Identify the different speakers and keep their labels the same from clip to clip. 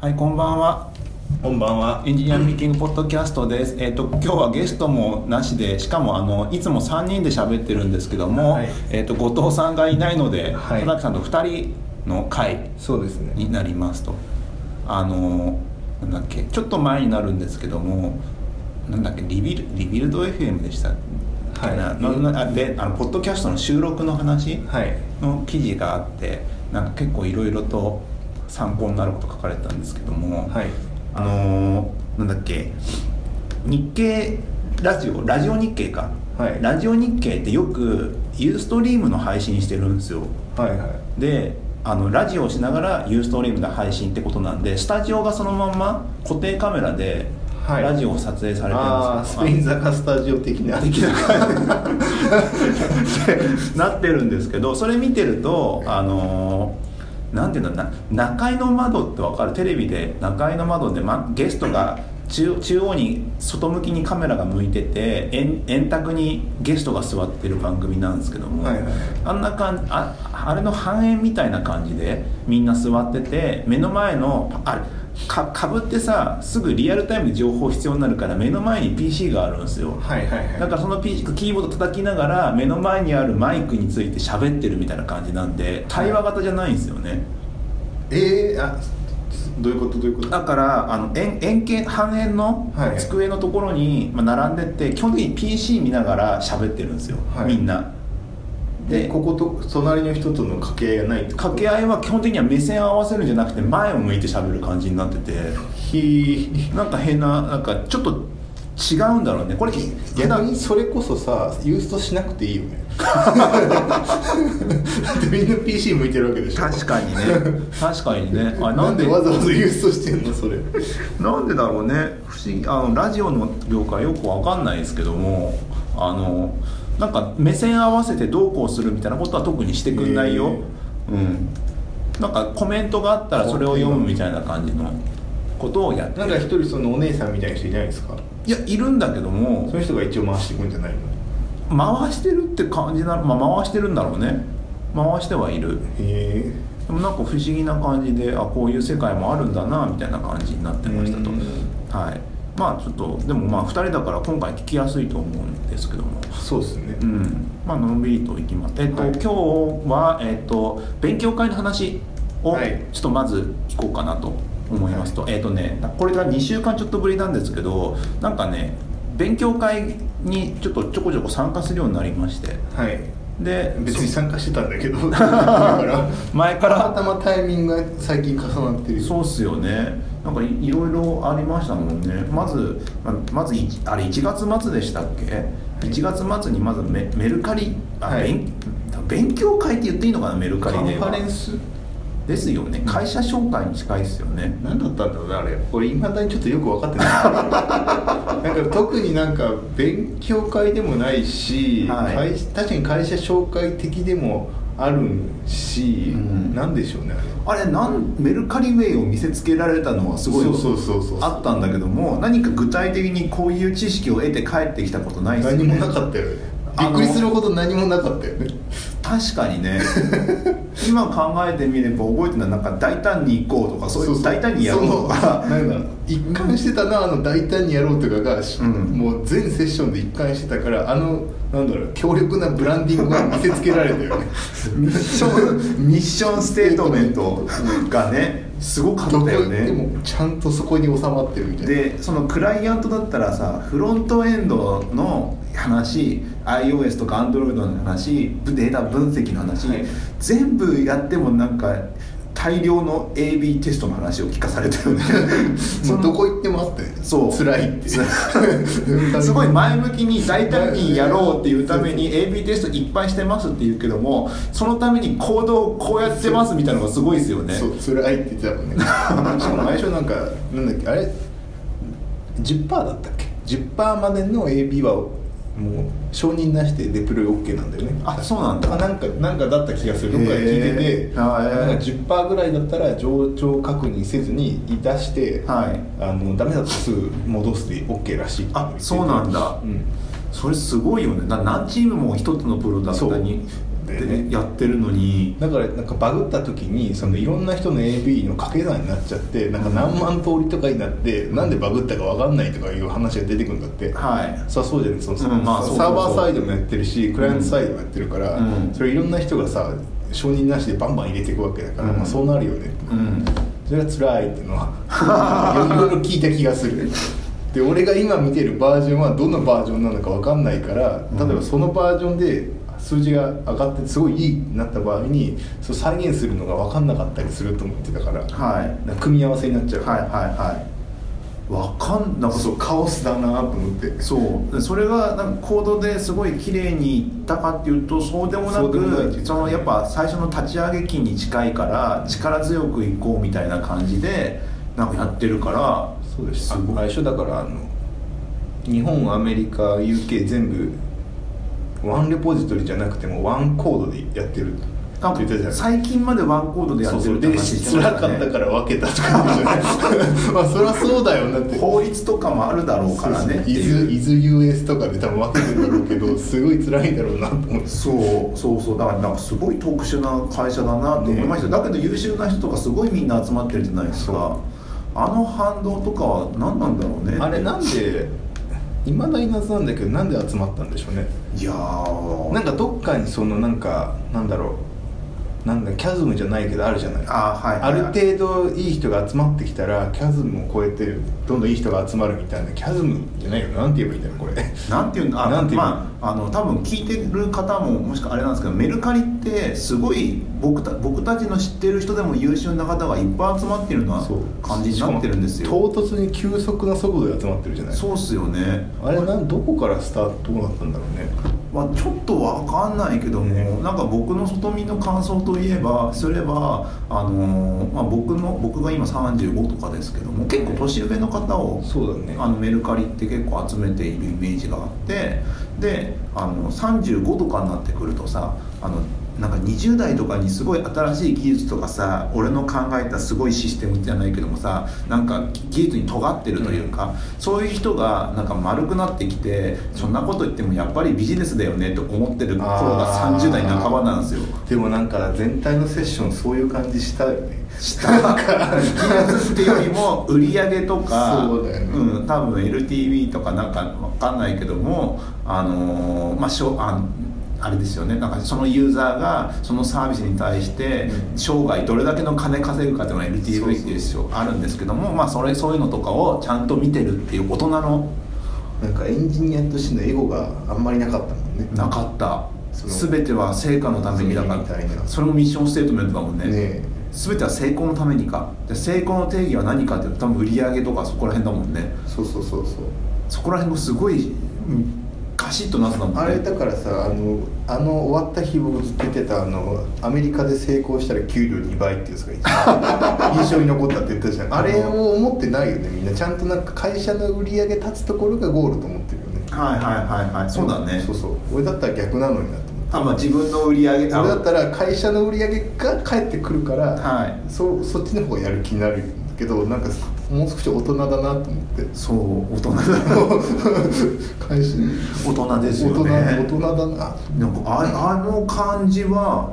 Speaker 1: はい、こんばんは。
Speaker 2: こんばんは
Speaker 1: エ。ンジニアミーティングポッドキャストです。えっ、と今日はゲストもなしで、しかもあのいつも3人で喋ってるんですけども、
Speaker 2: はい
Speaker 1: えっ、と後藤さんがいないので、
Speaker 2: はい
Speaker 1: 田中さんと2人の会
Speaker 2: そうですね。
Speaker 1: になりますと。あのなんだっけ、ちょっと前になるんですけども、なんだっけ、リビルリビルド FM でしたっけな、
Speaker 2: はい
Speaker 1: のなあであのポッドキャストの収録の話。
Speaker 2: はい。
Speaker 1: の記事があってなんか結構いろいろと参考になること書かれてたんですけども、
Speaker 2: はい。
Speaker 1: あのーなんだっけ日経ラジオラジオ日経か、
Speaker 2: はい
Speaker 1: ラジオ日経ってよくユーストリームの配信してるんですよ
Speaker 2: はいはい。
Speaker 1: であのラジオをしながらユーストリームで配信ってことなんでスタジオがそのまんま固定カメラで
Speaker 2: はい
Speaker 1: ラジオを撮影されてるん
Speaker 2: ああ、
Speaker 1: です
Speaker 2: ス
Speaker 1: よ、
Speaker 2: ペイン坂スタジオ的な。
Speaker 1: 的な感じってなってるんですけどそれ見てるとあのーなんていうんだろうな中井の窓ってわかるテレビで中井の窓で、ま、ゲストが中中央に外向きにカメラが向いてて円円卓にゲストが座ってる番組なんですけども、
Speaker 2: はいはい
Speaker 1: あんな感じああれの半円みたいな感じでみんな座ってて目の前のあれかかぶってさすぐリアルタイムで情報必要になるから目の前に PC があるんですよ、
Speaker 2: はいはいはい。
Speaker 1: なんかそのピーキーボード叩きながら目の前にあるマイクについて喋ってるみたいな感じなんで対話型じゃないんですよね
Speaker 2: ええあ、どういうことどういうこと。
Speaker 1: だからあの円円形半円の
Speaker 2: はい
Speaker 1: 机のところに、まあ、並んでって基本的に PC 見ながら喋ってるんですよ、
Speaker 2: はい
Speaker 1: みんな
Speaker 2: で、
Speaker 1: で
Speaker 2: ここと隣の人との掛け合いがないってこと。
Speaker 1: 掛け合いは基本的には目線を合わせるんじゃなくて前を向いて喋る感じになってて
Speaker 2: ひー。
Speaker 1: なんか変ななんかちょっと違うんだろうねこれ普
Speaker 2: 逆
Speaker 1: 段
Speaker 2: にそれこそさユーストしなくていいよね だってみんな PC 向いてるわけでしょ
Speaker 1: 確かにね確かにねあ
Speaker 2: なんでわざわざユーストしてんのそれ
Speaker 1: なんでだろうね不思議あのラジオの業界よくわかんないですけどもあのなんか目線合わせてどうこうするみたいなことは特にしてくんないよ、うんなんかコメントがあったらそれを読むみたいな感じのことをやって
Speaker 2: なんか一人そのお姉さんみたいな人いないですか
Speaker 1: いやいるんだけども
Speaker 2: その人が一応回してくんじゃないの
Speaker 1: 回してるって感じなの、まあ、回してるんだろうね回してはいる
Speaker 2: へえ
Speaker 1: でもなんか不思議な感じであこういう世界もあるんだなみたいな感じになってましたと
Speaker 2: うん
Speaker 1: はいまあちょっとでもまあ2人だから今回聞きやすいと思うんですけども
Speaker 2: そうですね
Speaker 1: うんまあのんびりといきますえっと、
Speaker 2: はい
Speaker 1: 今日はえっと勉強会の話を
Speaker 2: はい
Speaker 1: ちょっとまず聞こうかなと思いますと、えっとねこれが2週間ちょっとぶりなんですけどなんかね勉強会にちょっとちょこちょこ参加するようになりまして
Speaker 2: はい
Speaker 1: で
Speaker 2: 別に参加してたんだけどだから
Speaker 1: 前か
Speaker 2: た
Speaker 1: ら
Speaker 2: またまタイミングが最近重なってる
Speaker 1: そうっすよねなんかいいろいろありましたもんねまずままずいあれ1月末でしたっけ
Speaker 2: い
Speaker 1: 1月末にまずメメルカリあ、
Speaker 2: はい
Speaker 1: 勉勉強会って言っていいのかなメルカ
Speaker 2: カ
Speaker 1: リで
Speaker 2: ンファレンス
Speaker 1: ですよね会社紹介に近いですよね
Speaker 2: 何だったんだろうねあれ俺いまだにちょっとよく分かってないなんか特になんか勉強会でもないし、
Speaker 1: はい
Speaker 2: 会確かに会社紹介的でもあるし、
Speaker 1: うん
Speaker 2: なんでしょうねあれ
Speaker 1: あれなんメルカリウェイを見せつけられたのはすごい
Speaker 2: そうそうそうそう
Speaker 1: あったんだけども何か具体的にこういう知識を得て帰ってきたことないですよ
Speaker 2: 何
Speaker 1: ね
Speaker 2: もなかったよね
Speaker 1: あ
Speaker 2: びっ
Speaker 1: の
Speaker 2: くりするほど何もなかったよね
Speaker 1: 確かにね今考えてみれば覚えてるのはなんか大胆に行こうとかそういう大胆にやろうとか
Speaker 2: そのなんか一貫してたなあの大胆にやろうとかが、し
Speaker 1: うん
Speaker 2: もう全セッションで一貫してたからあのなんだろう強力なブランディングが見せつけられたよ ね
Speaker 1: ミッションミッションステートメントがねすごかったよ
Speaker 2: どこで
Speaker 1: ね
Speaker 2: もちゃんとそこに収まってるみたいな
Speaker 1: でそのクライアントだったらさフロントエンドの話 iOS とか Android の話データ分析の話、
Speaker 2: はい
Speaker 1: 全部やってもなんか大量の AB テストの話を聞かされたよね
Speaker 2: もうどこ行ってもあって
Speaker 1: そう
Speaker 2: 辛いって
Speaker 1: すごい前向きに大胆にやろうっていうために AB テストいっぱいしてますって言うけどもそのために行動をこうやってますみたいなのがすごいですよね
Speaker 2: そう辛いって言ってたもん ねしかも最初なんかなんだっけあれ10%だったっけ10%までの AB はもう承認なしでデプロイ OK なんだよね
Speaker 1: あそうなん
Speaker 2: だ
Speaker 1: だ
Speaker 2: からなんかなんかだった気がするどっかで聞いて
Speaker 1: へ
Speaker 2: て
Speaker 1: ーあーへー
Speaker 2: なんか10%ぐらいだったら上場確認せずに出して、
Speaker 1: はい
Speaker 2: あのダメだとすぐ戻すで OK らしいって言って
Speaker 1: あ
Speaker 2: て
Speaker 1: そうなんだ
Speaker 2: うん
Speaker 1: それすごいよねな何チームも一つのプロダクトに
Speaker 2: なんで、
Speaker 1: でやってるのに
Speaker 2: だからなんかバグった時にそのいろんな人の AB の掛け算になっちゃってなんか何万通りとかになって、なんでバグったか分かんないとかいう話が出てくるんだって、
Speaker 1: はい
Speaker 2: さそうじゃないその、
Speaker 1: うんまあ
Speaker 2: さ
Speaker 1: そうそうそう
Speaker 2: サーバーサイドもやってるしクライアントサイドもやってるから、
Speaker 1: うん
Speaker 2: それいろんな人がさ承認なしでバンバン入れていくわけだから、
Speaker 1: うん
Speaker 2: まあ、そうなるよね、
Speaker 1: うん
Speaker 2: それが辛いっていうのはいろいろ聞いた気がするで俺が今見てるバージョンはどのバージョンなのか分かんないから例えばそのバージョンで数字が上がってすごいいいになった場合にそう再現するのが分かんなかったりすると思ってたから
Speaker 1: はい
Speaker 2: なんか組み合わせになっちゃう、
Speaker 1: はいはいはいわかんなんか
Speaker 2: そ
Speaker 1: そう
Speaker 2: うカオスだなと思って
Speaker 1: そうそれがなんかコードですごい綺麗にいったかっていうとそうでもな
Speaker 2: そうでもない
Speaker 1: くそのやっぱ最初の立ち上げ期に近いから力強くいこうみたいな感じでなんかやってるから
Speaker 2: そうです
Speaker 1: あ
Speaker 2: 最初だからあの日本アメリカ UK 全部ワンレポジトリじゃなくてもワンコードでやってるって言ってたじゃない
Speaker 1: 最近までワンコードでや
Speaker 2: そう
Speaker 1: って
Speaker 2: そ
Speaker 1: る
Speaker 2: う
Speaker 1: って
Speaker 2: で
Speaker 1: 話して
Speaker 2: 辛
Speaker 1: ました
Speaker 2: かったか
Speaker 1: ね
Speaker 2: ら分けたとかあるじゃない まあそりゃそうだよなって
Speaker 1: 法律とかもあるだろうからねって
Speaker 2: 伊
Speaker 1: いう
Speaker 2: 豆伊豆 US とかで多分分けてるんだろうけどすごい辛いんだろうなと思って
Speaker 1: そうそうそうだからなんかすごい特殊な会社だなと思いました、だけど優秀な人とかすごいみんな集まってるじゃないですかあの反動とかは何なんだろうね
Speaker 2: あれなんでいまだに謎なんだけどなんで集まったんでしょうね
Speaker 1: いやー
Speaker 2: なんかどっかにそのなんかなんだろうなんだキャズムじゃないけどあるじゃない
Speaker 1: あーはい
Speaker 2: ある程度いい人が集まってきたらキャズムを超えてどんどんいい人が集まるみたいなキャズムじゃないよなんて言えばいいんだろうこれ
Speaker 1: なんていうんだあ
Speaker 2: なんていうの
Speaker 1: まああの多分聞いてる方ももしくはあれなんですけどメルカリってすごい僕た僕たちの知ってる人でも優秀な方がいっぱい集まってるような感じになってるんです
Speaker 2: しか
Speaker 1: よ
Speaker 2: も唐突に急速な速度で集まってるじゃない
Speaker 1: そうっすよね
Speaker 2: あれなんどこからスタートどうなったんだろうね
Speaker 1: まあ、ちょっとわかんないけども、
Speaker 2: ね
Speaker 1: なんか僕の外見の感想といえばすれば、あのーまあ、僕の僕が今35とかですけども結構年上の方を
Speaker 2: そうだね
Speaker 1: あのメルカリって結構集めているイメージがあってであの35とかになってくるとさあのなんか20代とかにすごい新しい技術とかさ俺の考えたすごいシステムじゃないけどもさなんか技術に尖ってるというか、そういう人がなんか丸くなってきてそんなこと言ってもやっぱりビジネスだよねと思ってる頃が30代半ばなんですよ。
Speaker 2: でもなんか全体のセッションそういう感じしたよね
Speaker 1: した技術っていうよりも 売り上げとか
Speaker 2: そうだよね
Speaker 1: ん、多分 LTV とかなんかわかんないけどもあのーまあしょあのあれですよねなんかそのユーザーがそのサービスに対して
Speaker 2: うん
Speaker 1: 生涯どれだけの金稼ぐかっていうのが LTV っていう必要あるんですけどもまあそれそういうのとかをちゃんと見てるっていう大人の
Speaker 2: なんかエンジニアとしてのエゴがあんまりなかったもんね
Speaker 1: なかった
Speaker 2: その
Speaker 1: 全ては成果のためにだか
Speaker 2: みたい
Speaker 1: ら
Speaker 2: な
Speaker 1: それもミッションステートメントだもん
Speaker 2: ねえ
Speaker 1: 全ては成功のためにかで成功の定義は何かっていうと多分売り上げとかそこら辺だもんね
Speaker 2: そうそうそうそう
Speaker 1: そこら辺もすごいうんガシッとなってたもんね
Speaker 2: あれだからさあのあの終わった日僕ずっと言ってたあのアメリカで成功したら給料2倍っていうのが 一番印象に残ったって言ったじゃんあれを思ってないよねみんなちゃんとなんか会社の売り上げ立つところがゴールと思ってるよね
Speaker 1: はいはいはいはいそうだね
Speaker 2: そうそう俺だったら逆なのになと思って
Speaker 1: あまあ自分の売り上げ
Speaker 2: 俺だったら会社の売り上げが返ってくるから、
Speaker 1: はい
Speaker 2: そそっちの方がやる気になるけどなんかもう少し大人だなと 思って
Speaker 1: そう大人だ
Speaker 2: 会社
Speaker 1: 大人ですよね
Speaker 2: 大人大人だな
Speaker 1: なんかああの感じは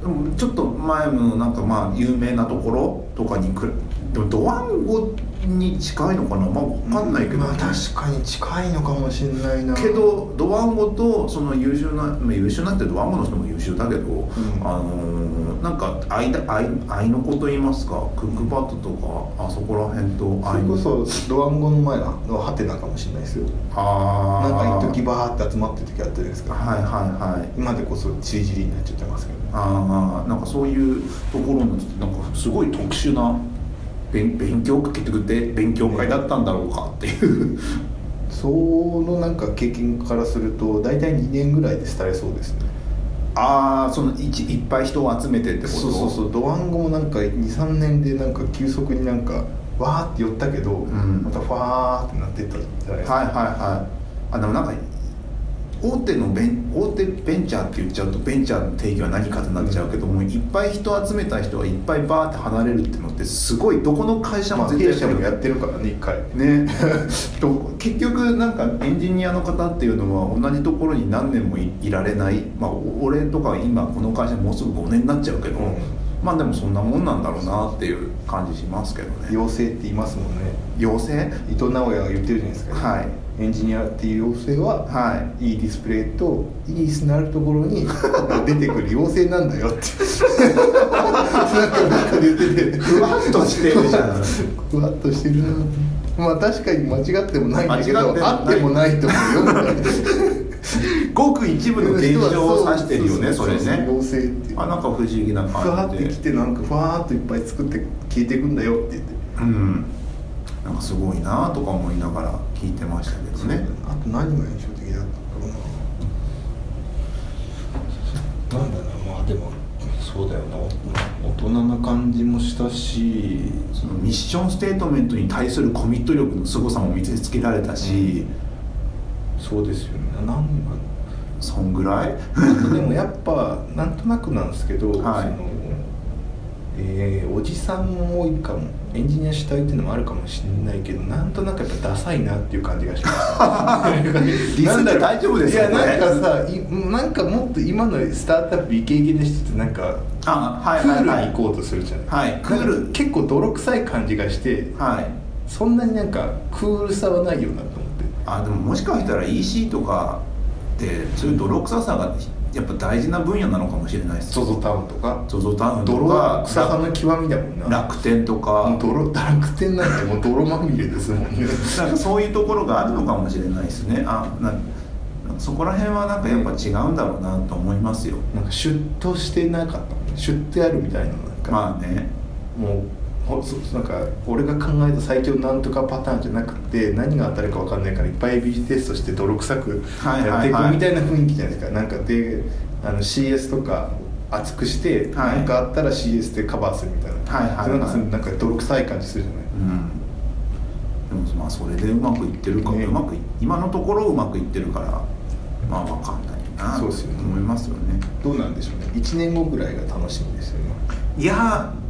Speaker 1: でもちょっと前のなんかまあ有名なところとかにくるでもドワンゴに近いのかなまあ分かんないけど、
Speaker 2: まあ確かに近いのかもしれないな
Speaker 1: けどドワンゴとその優秀な、まあ、優秀なってドワンゴの人も優秀だけど、あのーなんか間愛愛の子と言いますかクックパッドとかあそこら辺と
Speaker 2: そ
Speaker 1: 愛
Speaker 2: れ
Speaker 1: の
Speaker 2: こ
Speaker 1: 子
Speaker 2: そドワンゴの前のハテナかもしれないですよ
Speaker 1: あ
Speaker 2: なんか
Speaker 1: あ
Speaker 2: 一時バーって集まってる時あったじゃないですか
Speaker 1: はいはいはい
Speaker 2: 今でこそチリチリになっちゃってますけどね
Speaker 1: ああなんかそういうところのなんかすごい特殊な勉勉強会結局で勉強会だったんだろうかっていう、
Speaker 2: そのなんか経験からすると大体2年ぐらいで廃れそうですね
Speaker 1: ああそのいちいっぱい人を集めてってこと
Speaker 2: そうそうそうドワンゴもなんか23年でなんか急速になんかわーって寄ったけど、
Speaker 1: ん
Speaker 2: またファーってなってったじゃないですか、
Speaker 1: はいはいはいあでもなんか大手のベン大手ベンチャーって言っちゃうとベンチャーの定義は何かとなっちゃうけども、いっぱい人集めた人がいっぱいバーって離れるってのってすごいどこの会社
Speaker 2: ま
Speaker 1: も
Speaker 2: あ
Speaker 1: 絶
Speaker 2: 弊
Speaker 1: 対
Speaker 2: 社もやってるからね一回
Speaker 1: ね と結局なんかエンジニアの方っていうのは同じところに何年もいいられない、まあ、お俺とか今この会社もうすぐ5年になっちゃうけど、
Speaker 2: うん
Speaker 1: まあでもそんなもんなんだろうなっていう感じしますけどね
Speaker 2: 妖精って言いますもんね
Speaker 1: 養成
Speaker 2: 伊藤直哉が言ってるじゃないですか、
Speaker 1: は
Speaker 2: エンジニアっていう妖精は、、
Speaker 1: はい
Speaker 2: いディスプレイといい椅子のあるところ に出てくる妖精なんだよってなんかなんかで言ってて
Speaker 1: いふわっとしてるじゃん
Speaker 2: ふわっとしてるなまあ確かに間違ってもないんだけ
Speaker 1: 間違っ
Speaker 2: ど
Speaker 1: てもない
Speaker 2: あってもないと思うよみたいな
Speaker 1: ごく一部の現象を指してるよねそ
Speaker 2: そ
Speaker 1: うれ
Speaker 2: そうそう
Speaker 1: ね
Speaker 2: 妖精っていう
Speaker 1: あなんか不思議な
Speaker 2: ふわ
Speaker 1: 感
Speaker 2: っ
Speaker 1: じ
Speaker 2: て
Speaker 1: で
Speaker 2: きてなんかふわーっといっぱい作って消えていくんだよって言って
Speaker 1: うんなんかすごいなとか思いながら聞いてましたけどね
Speaker 2: あと何が印象的だったかななんだろうなまあでもそうだよな大人な感じもしたし
Speaker 1: そのミッションステートメントに対するコミット力の凄さも見せつけられたし、
Speaker 2: そうですよねなんか
Speaker 1: そんぐらい
Speaker 2: あとでもやっぱなんとなくなんですけど、
Speaker 1: はい
Speaker 2: そのえーおじさんも多いかもエンジニア主体っていうのもあるかもしれないけどなんとなくやっぱダサいなっていう感じがします
Speaker 1: ィスって大丈夫ですかね
Speaker 2: いやなんかさいなんかもっと今のスタートアップイケイケでしててなんか
Speaker 1: あ
Speaker 2: ク
Speaker 1: はいは
Speaker 2: ー
Speaker 1: いは
Speaker 2: ル
Speaker 1: い
Speaker 2: に行こうとするじゃない、
Speaker 1: はいクール
Speaker 2: なんか結構泥臭い感じがして
Speaker 1: はい
Speaker 2: そんなになんかクールさはないよなと思って
Speaker 1: あでももしかしたら EC とかってそういう泥臭さがやっぱ大事な分野なのかもしれないです
Speaker 2: ゾゾタウンとか
Speaker 1: ZOZO タウンと
Speaker 2: 泥
Speaker 1: か
Speaker 2: 臭さの極みだもんな
Speaker 1: 楽天とか
Speaker 2: もう泥だらくてなんてもう泥まみれですもん ね
Speaker 1: なんかそういうところがあるのかもしれないですねあなそこら辺はなんかやっぱ違うんだろうなと思いますよ
Speaker 2: なんかシュッとしてなかったもんねシュッとやるみたいななんか、
Speaker 1: まあね
Speaker 2: もうほそなんか俺が考えた最強なんとかパターンじゃなくて何が当たるか分かんないからいっぱい AB テストして泥臭く
Speaker 1: はい
Speaker 2: やっ
Speaker 1: は
Speaker 2: て
Speaker 1: い
Speaker 2: いく
Speaker 1: はい
Speaker 2: みたいな雰囲気じゃないですかなんかであの CS とか熱くして
Speaker 1: はい
Speaker 2: 何かあったら CS でカバーするみたいな、
Speaker 1: はいはいはい
Speaker 2: それなんかそのなんか泥臭い感じするじゃない
Speaker 1: うんでもまあそれでうまくいってるか、
Speaker 2: ね
Speaker 1: うまくい今のところうまくいってるからまあわかんないな
Speaker 2: そ
Speaker 1: と
Speaker 2: うですよね
Speaker 1: 思いますよね
Speaker 2: どうなんでしょうね1年後ぐらいが楽しみですよね
Speaker 1: いやー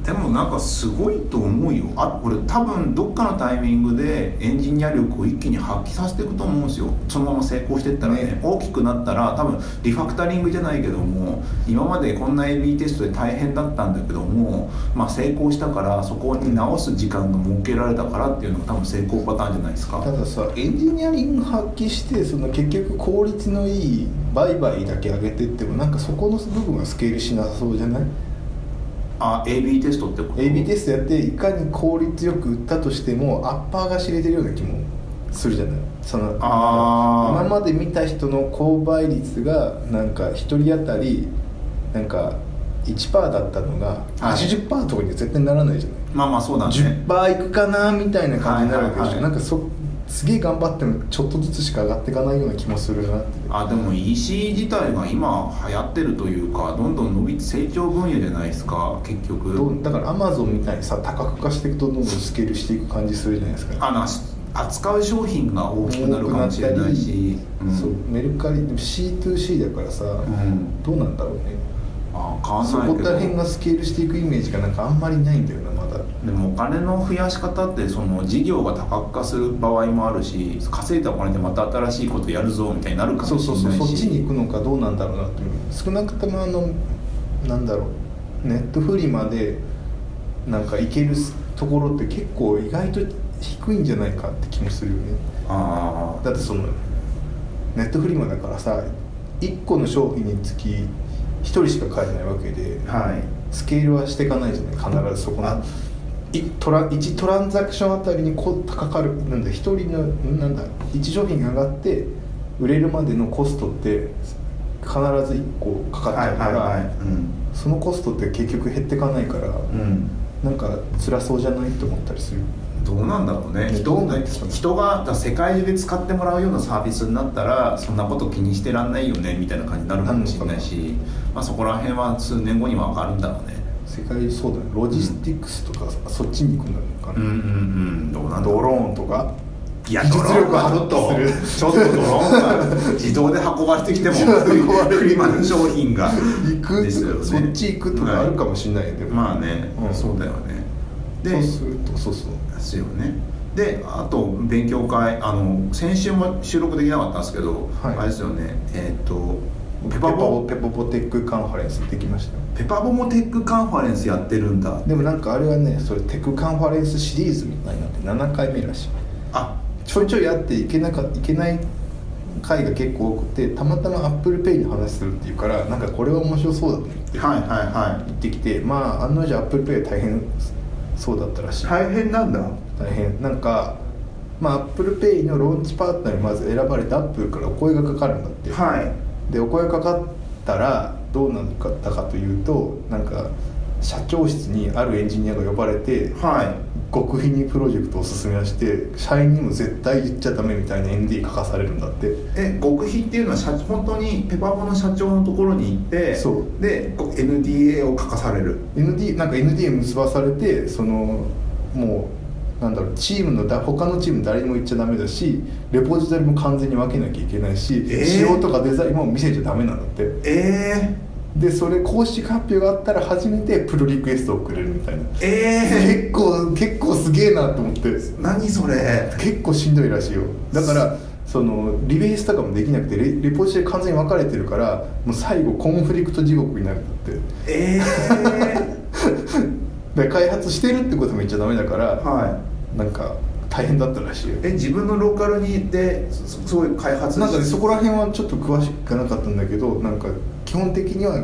Speaker 1: でもなんかすごいと思うよあ俺多分どっかのタイミングでエンジニア力を一気に発揮させていくと思うんですよそのまま成功していったらね
Speaker 2: ね
Speaker 1: 大きくなったら多分リファクタリングじゃないけども今までこんな AB テストで大変だったんだけども、まあ、成功したからそこに直す時間が設けられたからっていうのが多分成功パターンじゃないですか
Speaker 2: たださエンジニアリング発揮してその結局効率のいい売買だけ上げてってもなんかそこの部分がスケールしなさそうじゃない
Speaker 1: あ AB テストってこと
Speaker 2: AB テストやっていかに効率よく売ったとしてもアッパーが知れてるような気もするじゃないその
Speaker 1: あー
Speaker 2: 今まで見た人の購買率がなんか1人当たりなんか1%だったのが
Speaker 1: はい
Speaker 2: 80%とかには絶対ならないじゃない、
Speaker 1: まあまあそうだね
Speaker 2: 10パーいくかなみたいな感じになるわけでしょ、
Speaker 1: はいはいはい
Speaker 2: なんかそすげえ頑張ってもちょっとずつしか上がっていかないような気もするなって
Speaker 1: あでも EC 自体が今流行ってるというかどんどん伸び成長分野じゃないですか結局
Speaker 2: どうだからアマゾンみたいにさ多角化していくとどんどんスケールしていく感じするじゃないですか
Speaker 1: あなんかし扱う商品が大きくなるかもしれないし、
Speaker 2: 多
Speaker 1: う
Speaker 2: くなったり
Speaker 1: ん
Speaker 2: そうメルカリでも C2C だからさ、
Speaker 1: ん
Speaker 2: どうなんだろうね
Speaker 1: あ買わ
Speaker 2: そこ
Speaker 1: な
Speaker 2: ら
Speaker 1: いけ
Speaker 2: 辺が
Speaker 1: ど
Speaker 2: スケールしていくイメージがなんかあんまりないんだよなまだ
Speaker 1: でもお金の増やし方ってその事業が多角化する場合もあるし稼いだお金でまた新しいことやるぞみたいになるかもし
Speaker 2: そ
Speaker 1: れ
Speaker 2: う
Speaker 1: ないし
Speaker 2: そうそうそっちに行くのかどうなんだろうなって少なくともあのなんだろうネットフリまでなんか行けるところって結構意外と低いんじゃないかって気もするよね
Speaker 1: ああ
Speaker 2: だってそのネットフリマだからさ1個の商品につき1人しか買えないわけで
Speaker 1: はい
Speaker 2: スケールはしていかないじゃない必ずそこの
Speaker 1: あ
Speaker 2: いトラ1トランザクションあたりにこうかかるなんだ1人のんなんだ1商品が上がって売れるまでのコストって必ず1個かかっちゃうから、
Speaker 1: はいはいはいうん
Speaker 2: そのコストって結局減っていかないから、
Speaker 1: うん
Speaker 2: なんか辛そうじゃないと思ったりする
Speaker 1: どうなんだろうね
Speaker 2: ね
Speaker 1: 人
Speaker 2: どうなんですかね
Speaker 1: 人がだから世界中で使ってもらうようなサービスになったらそんなこと気にしてらんないよねみたいな感じになるかもしれないし、まあ、そこら辺は数年後には分かるんだろうね
Speaker 2: 世界そうだねロジスティックスとか、そっちに行くんだろうか
Speaker 1: うんうん
Speaker 2: な、
Speaker 1: うんどうなんだろ
Speaker 2: ド
Speaker 1: う
Speaker 2: ローンとか
Speaker 1: いや
Speaker 2: 技
Speaker 1: ドロ
Speaker 2: 術
Speaker 1: ーン
Speaker 2: 力
Speaker 1: は
Speaker 2: が
Speaker 1: ちょっとちょっとドローンが自動で 運ばれてきても
Speaker 2: 自動で運ばれてきて
Speaker 1: 車の商品が
Speaker 2: 行く
Speaker 1: です
Speaker 2: と
Speaker 1: よ
Speaker 2: か、
Speaker 1: ね
Speaker 2: そっち行くとかあるかもしれないよ、でも、
Speaker 1: まあね、
Speaker 2: うん
Speaker 1: そうだよねで
Speaker 2: そうするとそうそう
Speaker 1: ですよねであと勉強会あの先週も収録できなかったんですけど、
Speaker 2: はい
Speaker 1: あれですよねえっ、とペ
Speaker 2: ペ
Speaker 1: パ
Speaker 2: パ
Speaker 1: ボ
Speaker 2: ボペパボテックカンファレンスできましたよ
Speaker 1: ペパボもテックカンファレンスやってるんだ
Speaker 2: でもなんかあれはねそれテックカンファレンスシリーズみたいになって7回目らしい
Speaker 1: あ
Speaker 2: ちょいちょいやっていけなかいけない回が結構多くてたまたまアップルペイの話するっていうからなんかこれは面白そうだと思って
Speaker 1: はいはいは
Speaker 2: 行ってきてまあ案の定アップルペイ大変そうだったらしい、
Speaker 1: 大変なんだ
Speaker 2: 大変なんかまあアップルペイのローンチパートナーにまず選ばれたアップルからお声がかかるんだって
Speaker 1: はい
Speaker 2: でお声かかったらどうなったかというとなんか社長室にあるエンジニアが呼ばれて
Speaker 1: は
Speaker 2: 極秘にプロジェクトを進めまして社員にも絶対言っちゃダメみたいな ND 書かされるんだって
Speaker 1: いえ極秘っていうのは社本当にペパボの社長のところに行って
Speaker 2: そう
Speaker 1: でこ NDA を書かされる
Speaker 2: ND なんか ND 結ばされてそのもうなんだろうチームのだ他のチーム誰にも言っちゃダメだしレポジトリも完全に分けなきゃいけないし、
Speaker 1: えー
Speaker 2: 仕様とかデザインも見せちゃダメなんだって
Speaker 1: え
Speaker 2: でそれ公式発表があったら初めてプロリクエストをくれるみたいな
Speaker 1: ー、え
Speaker 2: 結構結構すげえなと思って
Speaker 1: ー、何それ
Speaker 2: 結構しんどいらしいよだからそのリベースとかもできなくてレレポジトリ完全に分かれてるからもう最後コンフリクト地獄になるんだって
Speaker 1: えー、
Speaker 2: で開発してるってことも言っちゃダメだから、
Speaker 1: はい
Speaker 2: なんか大変だったらしいよ
Speaker 1: え自分のローカルにですすごい開発
Speaker 2: なんかねそこら辺はちょっと詳しくなかったんだけどなんか基本的には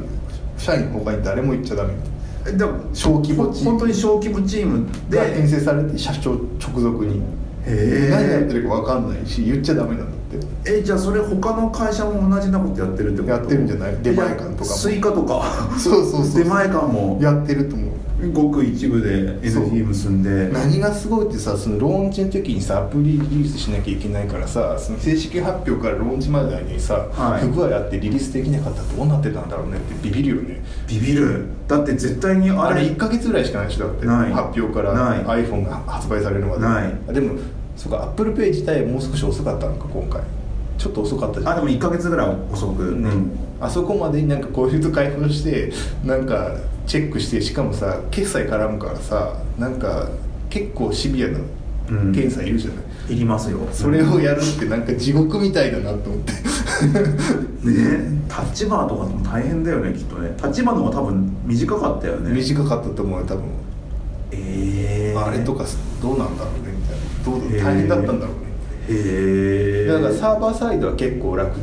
Speaker 2: 社員の他に誰も言っちゃダメみたいな
Speaker 1: えでも
Speaker 2: 小規模
Speaker 1: ほん
Speaker 2: チーム
Speaker 1: 本当に小規模チームで
Speaker 2: が編成されて社長直属に
Speaker 1: へえ
Speaker 2: 何やってるか分かんないし言っちゃダメなんだって
Speaker 1: えじゃあそれ他の会社も同じようなことやってるってこと
Speaker 2: やってるんじゃない出前館とかも
Speaker 1: いやスイカとか
Speaker 2: そうそうそう
Speaker 1: 出前館も
Speaker 2: やってると思う
Speaker 1: ごく一部で
Speaker 2: そう
Speaker 1: NT 結んで
Speaker 2: 何がすごいってさそのローンチの時にさアプリリリースしなきゃいけないからさその正式発表からローンチまでにさ、
Speaker 1: はい
Speaker 2: 不具合あってリリースできなかったらどうなってたんだろうねってビビるよね
Speaker 1: ビビるだって絶対にあ
Speaker 2: あれ
Speaker 1: れ
Speaker 2: 1か月ぐらいしかないでしょだって
Speaker 1: ない
Speaker 2: 発表から
Speaker 1: ない
Speaker 2: iPhone が発売されるまで
Speaker 1: ない
Speaker 2: あでもそうか ApplePay 自体もう少し遅かったのか今回ちょっと遅かったじゃん
Speaker 1: あでも1か月ぐらい遅く、
Speaker 2: ねあそこまでになんかこういうと開放してなんかチェックしてしかもさ決済絡むからさなんか結構シビアな
Speaker 1: うん
Speaker 2: 検査いるじゃない、
Speaker 1: いりますよ
Speaker 2: それをやるってなんか地獄みたいだなと思って
Speaker 1: ねタッチバーとかも大変だよねきっとねタッチバーの方が多分短かったよね
Speaker 2: 短かったと思うよ多分、
Speaker 1: えー、
Speaker 2: あれとかどうなんだろうねみたいなどう
Speaker 1: へー
Speaker 2: だ大変だったんだろうね、
Speaker 1: へえ
Speaker 2: だからサーバーサイドは結構楽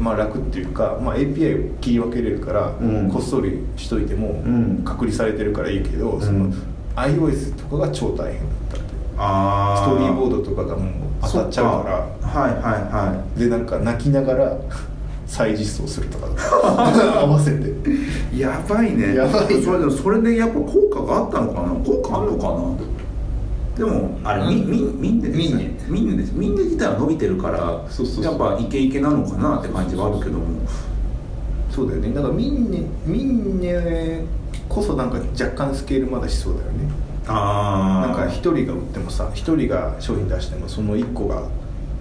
Speaker 2: まあ楽っていうか、まあ、API を切り分けれるから、
Speaker 1: うん
Speaker 2: こっそりしといても
Speaker 1: うん
Speaker 2: 隔離されてるからいいけど、そ
Speaker 1: うん
Speaker 2: の iOS とかが超大変だったって
Speaker 1: あ
Speaker 2: ストーリーボー
Speaker 1: ド
Speaker 2: ドとかがもう当たっちゃうから
Speaker 1: はいはいは
Speaker 2: でなんか泣きながら再実装するとか 合わせて
Speaker 1: いやばいね
Speaker 2: やばいよ
Speaker 1: それでもそれでやっぱ効果があったのかな効果あるのかなでもあれみみみんでですねみんでですみんで自体は伸びてるから
Speaker 2: そうそうそう
Speaker 1: やっぱイケイケなのかなって感じはあるけども
Speaker 2: そうだよねだからミンネミンネこそなんか若干スケールまだしそうだよね
Speaker 1: あ
Speaker 2: なんか1人が売ってもさ1人が商品出してもその1個が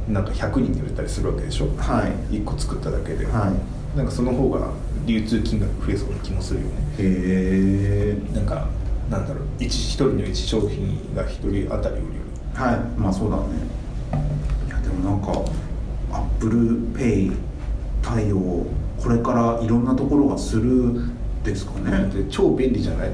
Speaker 2: なんか100人に売れたりするわけでしょ
Speaker 1: はい
Speaker 2: 1個作っただけで、
Speaker 1: はい
Speaker 2: なんかその方が流通金額増えそうな気もするよね
Speaker 1: へえ
Speaker 2: なんかなんだろう 1, 人の1商品が1人当たり売るより
Speaker 1: はいまあそうだねいやでもなんかアップルペイ対応これからいろんなところがするですかね
Speaker 2: で超便利じゃない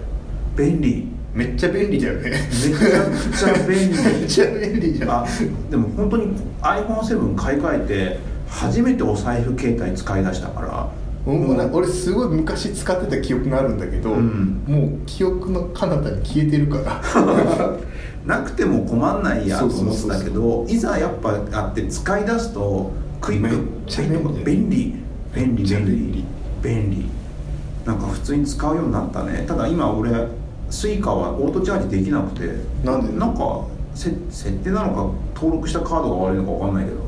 Speaker 1: 便利
Speaker 2: めっちゃ便利だよねめっ
Speaker 1: めちゃくちゃ便
Speaker 2: めっ
Speaker 1: 利
Speaker 2: ちゃ便利じゃん
Speaker 1: あでも本当に iPhone7 買い替えて初めてお財布携帯使い出したから
Speaker 2: もうな
Speaker 1: もう
Speaker 2: 俺すごい昔使ってた記憶があるんだけど、
Speaker 1: うん
Speaker 2: もう記憶の彼方に消えてるから
Speaker 1: なくても困んないやと
Speaker 2: そうそう
Speaker 1: 思って
Speaker 2: そうそう
Speaker 1: たけどいざやっぱあって使い出すとクイッ
Speaker 2: めっ
Speaker 1: ク
Speaker 2: ちゃ便利
Speaker 1: 便利便利
Speaker 2: めっちゃ
Speaker 1: 便
Speaker 2: 便
Speaker 1: 利便利なんか普通に使うようになったねただ今俺スイカはオートチャージできなくて
Speaker 2: なんで
Speaker 1: なんかせ設定なのか登録したカードが悪いのかわかんないけど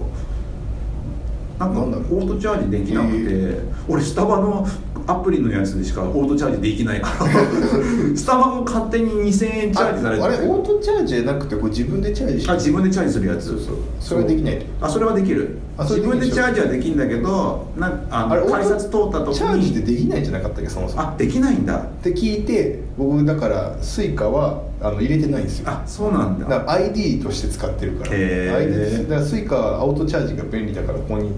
Speaker 1: なんか
Speaker 2: なんだろう
Speaker 1: オートチャージできなくて、
Speaker 2: へ
Speaker 1: 俺スタバのアプリのやつでしかオートチャージできない からスタバも勝手に2000円チャージされて
Speaker 2: あれオー
Speaker 1: る
Speaker 2: トチャージじゃなくてこれ自分でチャージして
Speaker 1: あ自分でチャージするやつ
Speaker 2: そうそうそれはできないと
Speaker 1: あそれはできる
Speaker 2: あそれ
Speaker 1: 自分
Speaker 2: できるでし
Speaker 1: で
Speaker 2: ょ
Speaker 1: チャージはできるんだけどなんあ
Speaker 2: あれ
Speaker 1: の
Speaker 2: オート
Speaker 1: 改札通った時に
Speaker 2: チャージってできないんじゃなかったっけそもそも
Speaker 1: あできないんだ
Speaker 2: って聞いて僕だからスイカはあの入れてないんですよ
Speaker 1: あそうなん
Speaker 2: だ
Speaker 1: だ
Speaker 2: から ID として使ってるから、
Speaker 1: へー
Speaker 2: ID だからスイカはアウトチャージが便利だからここに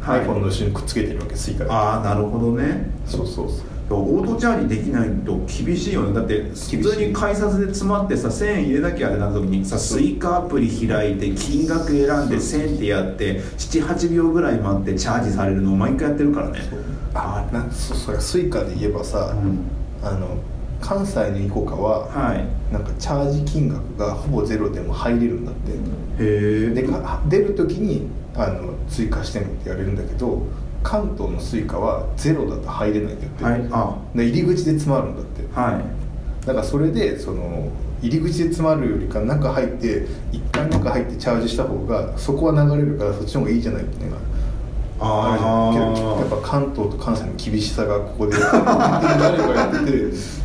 Speaker 1: はい
Speaker 2: iPhone の後ろにくっつけてるわけスイカ
Speaker 1: ああなるほどね
Speaker 2: そうそうそう
Speaker 1: オートチャージできないと厳しいよねだって
Speaker 2: しい
Speaker 1: 普通に改札で詰まってさ1000円入れなきゃってなった時にさ
Speaker 2: そ
Speaker 1: ス
Speaker 2: う
Speaker 1: イカアプリ開いて金額選んで1000円ってやって78秒ぐらい待ってチャージされるのを毎回やってるからね
Speaker 2: あ
Speaker 1: あ
Speaker 2: なそそれスイカで言えばさ、
Speaker 1: うん
Speaker 2: あの関西のイコカは、
Speaker 1: はい
Speaker 2: なんかチャージ金額がほぼゼロでも入れるんだって
Speaker 1: へ
Speaker 2: で
Speaker 1: え
Speaker 2: か出る時にあの追加してねって言われるんだけど関東のスイカはゼロだと入れないんだって、
Speaker 1: はいあ
Speaker 2: で入り口で詰まるんだって
Speaker 1: はい
Speaker 2: だからそれでその入り口で詰まるよりか中入って一回中入ってチャージした方がそこは流れるからそっちの方がいいじゃないみたいなあるじ
Speaker 1: あ
Speaker 2: ゃんけどやっ
Speaker 1: あ
Speaker 2: ぱ関東と関西の厳しさがこ こで誰かやってて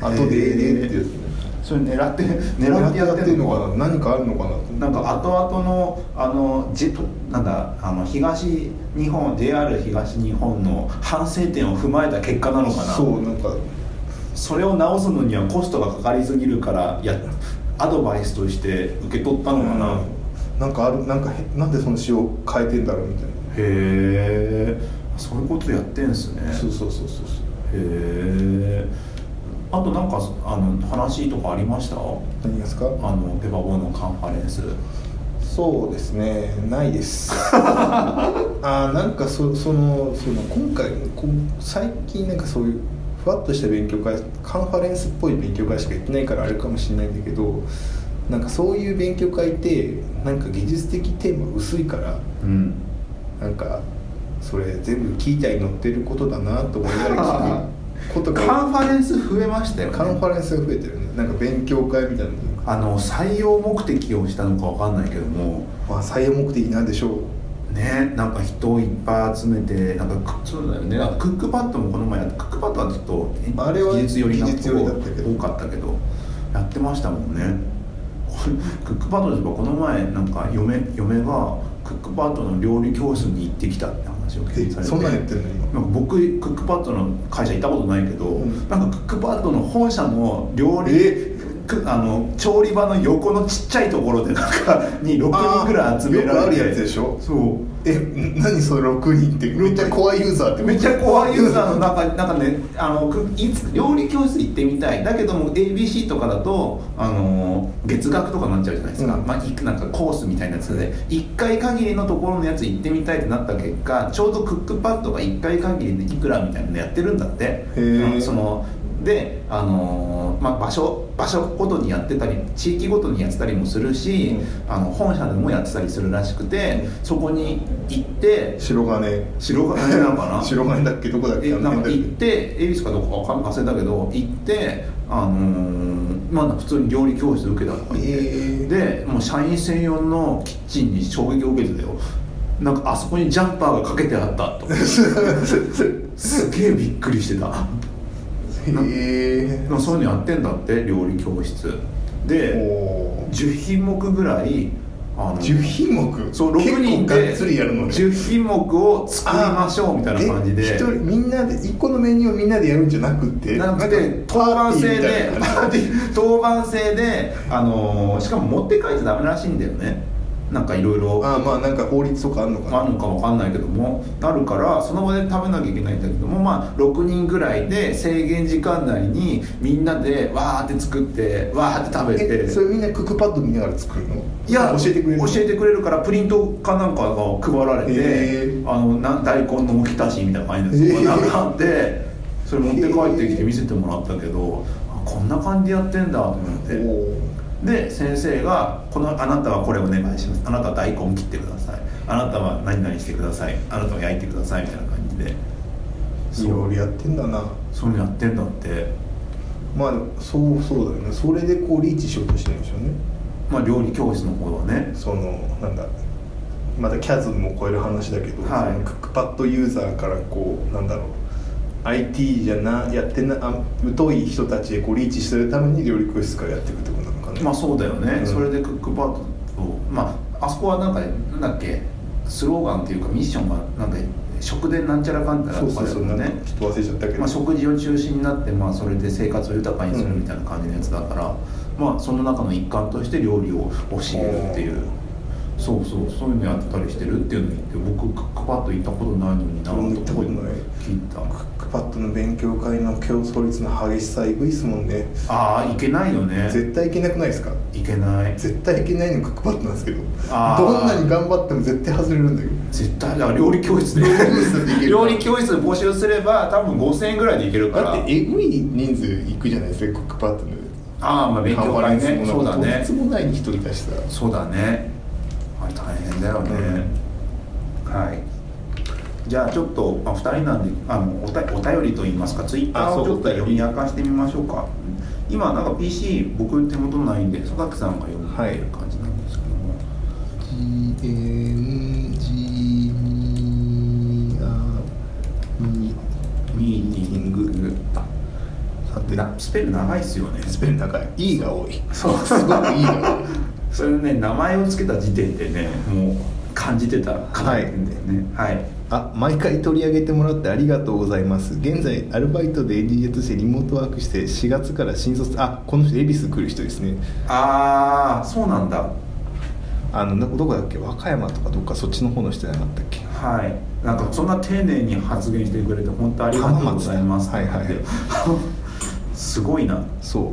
Speaker 2: 後でええねってやつね
Speaker 1: それ狙って
Speaker 2: 狙ってやってるの
Speaker 1: な
Speaker 2: かな何かあるのかなと思って
Speaker 1: なんか後々のあのジなんだあの東日本 JR 東日本の反省点を踏まえた結果なのかな
Speaker 2: そうなんか
Speaker 1: それを直すのにはコストがかかりすぎるからやアドバイスとして受け取ったのかな、へ
Speaker 2: なんかあるなんかへなんでその仕様変えてんだろうみたいな
Speaker 1: えそういうことやってんすね
Speaker 2: そう
Speaker 1: へ
Speaker 2: そうそうそうそう
Speaker 1: えあとなんかあの話とかありましたあ
Speaker 2: 何ですか
Speaker 1: のペパボーのカンファレンス
Speaker 2: そうですねないです あーなんかそそのその今回こう最近なんかそういうふわっとした勉強会カンファレンスっぽい勉強会しか行ってないからあれかもしれないんだけどなんかそういう勉強会ってなんか技術的テーマ薄いから
Speaker 1: うん
Speaker 2: なんかそれ全部キータに載ってることだなと思いながら 聞くことが
Speaker 1: カンファレンス増えましたよね
Speaker 2: カンファレンスが増えてるねなんか勉強会みたいなのとか
Speaker 1: あの採用目的をしたのかわかんないけども
Speaker 2: まあ採用目的なんでしょう
Speaker 1: ねなんか人をいっぱい集めてなんかくそうだよねなんかクックパッドもこの前やったクックパッドはちょっとえ
Speaker 2: あれは
Speaker 1: 技術寄りな
Speaker 2: 技術寄りだったけど
Speaker 1: 多かったけどやってましたもんね これクックパッドですばこの前なんか嫁嫁がクックパッドの料理教室に行ってきたって話を聞い
Speaker 2: え
Speaker 1: てされて
Speaker 2: そんなんやってんの今
Speaker 1: なんか僕クックパッドの会社行ったことないけど、
Speaker 2: うん
Speaker 1: なんかクックパッドの本社の料理
Speaker 2: え
Speaker 1: くあの調理場の横のちっちゃいところでなんかに6人くらい集められて
Speaker 2: あーよくあるやつでしょ
Speaker 1: そう
Speaker 2: えん何それ6人ってめっちゃコアユーザーって
Speaker 1: めっちゃコアユーザーの中なんかねあのくいつ料理教室行ってみたいだけども ABC とかだとあの月額とかになっちゃうじゃないですか、
Speaker 2: うん
Speaker 1: まあ、いくなんかコースみたいなやつで1回限りのところのやつ行ってみたいってなった結果ちょうどクックパッドが1回限りでいくらみたいなのやってるんだって、
Speaker 2: ー
Speaker 1: うんそのであのまあ、場所場所ごとにやってたり地域ごとにやってたりもするし、
Speaker 2: う
Speaker 1: あの本社でもやってたりするらしくてそこに行って
Speaker 2: 白金
Speaker 1: 白金なのかな
Speaker 2: 白金だっけどこだっけ
Speaker 1: え
Speaker 2: あの
Speaker 1: なん
Speaker 2: 辺
Speaker 1: か
Speaker 2: だっけ
Speaker 1: 行って恵比寿かどこかわかん忘れたけど行ってあのーまあ普通に料理教室受けたとか言って、
Speaker 2: えー
Speaker 1: でもう社員専用のキッチンに衝撃を受けてたよなんかあそこにジャンパーがかけてあった とすげえびっくりしてた
Speaker 2: へ
Speaker 1: で
Speaker 2: え
Speaker 1: もそういうのやってんだって料理教室で
Speaker 2: おー
Speaker 1: 10品目ぐらいあの
Speaker 2: 10品目
Speaker 1: そう6人
Speaker 2: 結構が
Speaker 1: で
Speaker 2: っつりやるのね
Speaker 1: 10品目を作りましょうみたいな感じで
Speaker 2: え一人みんなで一個のメニューをみんなでやるんじゃなくて
Speaker 1: なくて当番制で
Speaker 2: パーティーみたいな感じ
Speaker 1: 当番制で、あのーしかも持って帰っちゃダメらしいんだよねなんかいろいろ
Speaker 2: あーまあなんか法律とかあんのかな
Speaker 1: あるのかわかんないけどもなるからその場で食べなきゃいけないんだけどもまあ6人ぐらいで制限時間内にみんなでわーって作ってわーって食べ
Speaker 2: えそれ
Speaker 1: て
Speaker 2: みんなクックパッド見ながら作るの
Speaker 1: いや
Speaker 2: 教えてくれるの
Speaker 1: 教えてくれるからプリントかなんかが配られて、
Speaker 2: へー
Speaker 1: あのな大根のおひたしみたいな感じで
Speaker 2: へ
Speaker 1: そ
Speaker 2: ー
Speaker 1: こがなんかあってそれ持って帰ってきて見せてもらったけど、あこんな感じでやってんだと思って。
Speaker 2: おー
Speaker 1: で先生がこの「あなたはこれお願いします」「あなたは大根切ってください」「あなたは何々してください」「あなたは焼いてください」みたいな感じで
Speaker 2: いろいろやってんだな
Speaker 1: そういうのやってんだって
Speaker 2: まあそうそうだよねそれでこうリーチしようとしてるんでしょうね
Speaker 1: まあ料理教室の方はね
Speaker 2: そのなんだまたキャズムを超える話だけど、
Speaker 1: はい
Speaker 2: そのクックパッドユーザーからこうなんだろう IT じゃなやってなあ疎い人たちへこうリーチするために料理教室からやっていくってことなのかな
Speaker 1: まあそうだよね、
Speaker 2: うん
Speaker 1: それでクックパッドをまああそこはなんかなんだっけスローガンっていうかミッションがなんか食でなんちゃらかんたら
Speaker 2: そう
Speaker 1: とか
Speaker 2: そう
Speaker 1: だよ
Speaker 2: そうなんか
Speaker 1: ね
Speaker 2: ちょっと忘れちゃったけど、
Speaker 1: まあ、食事を中心になって、まあ、それで生活を豊かにするみたいな感じのやつだから、まあ、その中の一環として料理を教えるっていうそうそうそういうのやったりしてるっていうのを言って僕クックパッド行ったことないのにな
Speaker 2: 俺も行ったことない
Speaker 1: 聞いた
Speaker 2: クックパッドの勉強会の競争率の激しさえぐいっすもんね
Speaker 1: ああ行けないよね
Speaker 2: 絶対いけなくないですか
Speaker 1: 行けない
Speaker 2: 絶対いけないのがクックパッドなんですけどどん
Speaker 1: あー
Speaker 2: なに頑張っても絶対外れるんだけど
Speaker 1: 絶対だから料理教室で料
Speaker 2: 料
Speaker 1: 理
Speaker 2: 理
Speaker 1: 教室募集すれば多分5000円ぐらいでいけるから
Speaker 2: だってえぐい人数いくじゃないですかクックパッドの
Speaker 1: ああまあ勉強会ねそうだ
Speaker 2: と
Speaker 1: ね
Speaker 2: てつもない人に対しては
Speaker 1: そうだねあれ大変だよね、はいじゃあちょっと、まあ、2人なんであのおたお便りといいますかツイッター
Speaker 2: あそ
Speaker 1: を
Speaker 2: う
Speaker 1: ちょっと読み明かしてみましょうか今なんか PC 僕手元ないんで佐々木さんが読んでる感じなんですけども、ミーティング
Speaker 2: さて
Speaker 1: なスペル長いっすよね
Speaker 2: スペル高い E が多い
Speaker 1: そう
Speaker 2: すごく E が多い
Speaker 1: それね名前を付けた時点でねもう感じてた感じてんだよねはい
Speaker 2: あ毎回取り上げてもらってありがとうございます現在アルバイトで ADJ としてリモートワークして4月から新卒あこの人恵比寿来る人ですね
Speaker 1: ああそうなんだ
Speaker 2: あのなどこだっけ和歌山とかどっかそっちの方の人じゃなかったっけ
Speaker 1: はい、なんかそんな丁寧に発言してくれて本当ありがとうございます。
Speaker 2: 浜松はいはいはい
Speaker 1: い。 すごいな。
Speaker 2: そう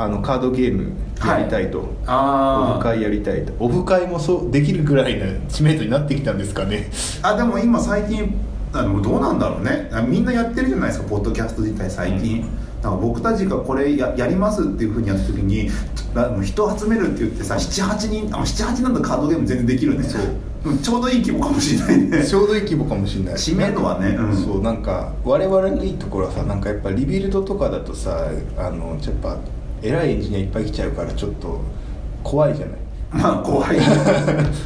Speaker 2: あのカードゲームやりたいと、オ
Speaker 1: ああ。
Speaker 2: フ会やりたいとオフ会もそうできるぐらいの知名度になってきたんです かね
Speaker 1: あでも今最近あのどうなんだろうね。あみんなやってるじゃないですかポッドキャスト自体最近。だから僕たちがこれややりますっていうふうにやった時にあもう人集めるって言ってさ78人あ78人のカードゲーム全然できるね
Speaker 2: そう
Speaker 1: うんちょうどいい規模かもしれないね
Speaker 2: ちょうどいい規模かもしれない
Speaker 1: 知名度はねうん
Speaker 2: そうなんか我々のいいところはさなんかやっぱリビルドとかだとさあのやっぱ偉いエンジニアいっぱい来ちゃうからちょっと怖いじゃない
Speaker 1: まあ怖い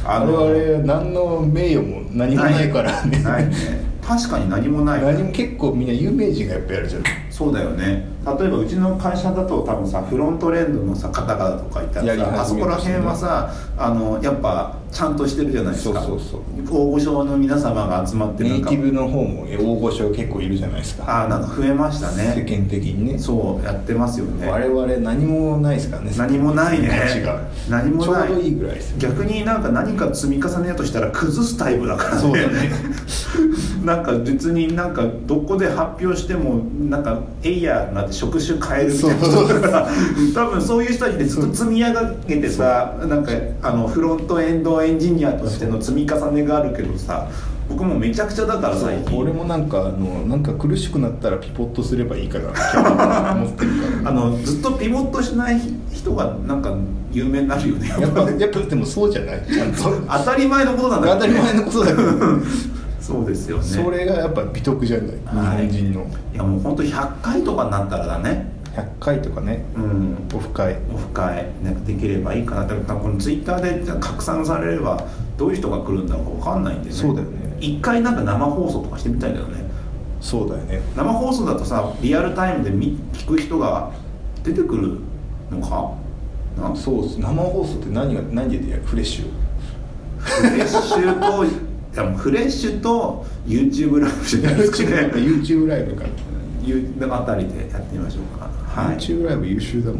Speaker 2: あれは何の名誉も何もないからね
Speaker 1: ないね確かに何もない
Speaker 2: 何も結構みんな有名人がやっぱやるじゃない
Speaker 1: そうだよね例えばうちの会社だと多分さフロントレンドのさ方々とかいたら
Speaker 2: やり始め
Speaker 1: さ
Speaker 2: ま
Speaker 1: あ
Speaker 2: す
Speaker 1: そ
Speaker 2: ね
Speaker 1: こら辺はさあのやっぱちゃんとしてるじゃないですか
Speaker 2: そうそう
Speaker 1: 大御所の皆様が集まって
Speaker 2: ネ
Speaker 1: なん
Speaker 2: イ
Speaker 1: か
Speaker 2: ティブの方も大御所結構いるじゃないですか
Speaker 1: ああなんか増えました
Speaker 2: 世
Speaker 1: ね
Speaker 2: 間的にね
Speaker 1: そうやってますよね
Speaker 2: 我々何もないですからね
Speaker 1: 何もないね
Speaker 2: 価値が
Speaker 1: 何もない
Speaker 2: ちょうどいいぐらいですよ
Speaker 1: 逆になんか何か積み重ねようとしたら崩すタイプだからね
Speaker 2: そうだね
Speaker 1: なんか別になんかどこで発表してもなんかエイヤーなんて職種変えるみたいな
Speaker 2: そう
Speaker 1: 人だから多分そういう人たちでずっと積み上げてさなんかあのフロントエンドエンジニアとしての積み重ねがあるけどさ僕もめちゃくちゃだから最近
Speaker 2: 俺もなんかあのなんか苦しくなったらピポッとすればいいかなって思ってるから、
Speaker 1: あのずっとピボットしない人がなんか有名になるよね
Speaker 2: やっ ぱやっぱでもそうじゃないちゃんと
Speaker 1: 当たり前のことなんだ
Speaker 2: 当たり前のことだけど、
Speaker 1: そうですよね
Speaker 2: それがやっぱ美徳じゃない日
Speaker 1: はい
Speaker 2: 本人の
Speaker 1: いやもう本当100回とかになったらだね
Speaker 2: 100回とかね
Speaker 1: うん
Speaker 2: オフ会
Speaker 1: オフ会なんかできればいいかなって多分このツイッターで拡散されればどういう人が来るんだろうか分かんないんでね
Speaker 2: そうだよね
Speaker 1: 一回なんか生放送とかしてみたいけどね
Speaker 2: そうだよね
Speaker 1: 生放送だとさリアルタイムで見聞く人が出てくるのかな
Speaker 2: そうっす生放送って何が何でやるフレッシュ
Speaker 1: フレッシュといやもうフレッシュと YouTube ライブじゃないですか
Speaker 2: YouTube か
Speaker 1: ね
Speaker 2: YouTube ライブか、
Speaker 1: ゆあたりでやってみましょうかはい
Speaker 2: YouTube ライブ優秀だもん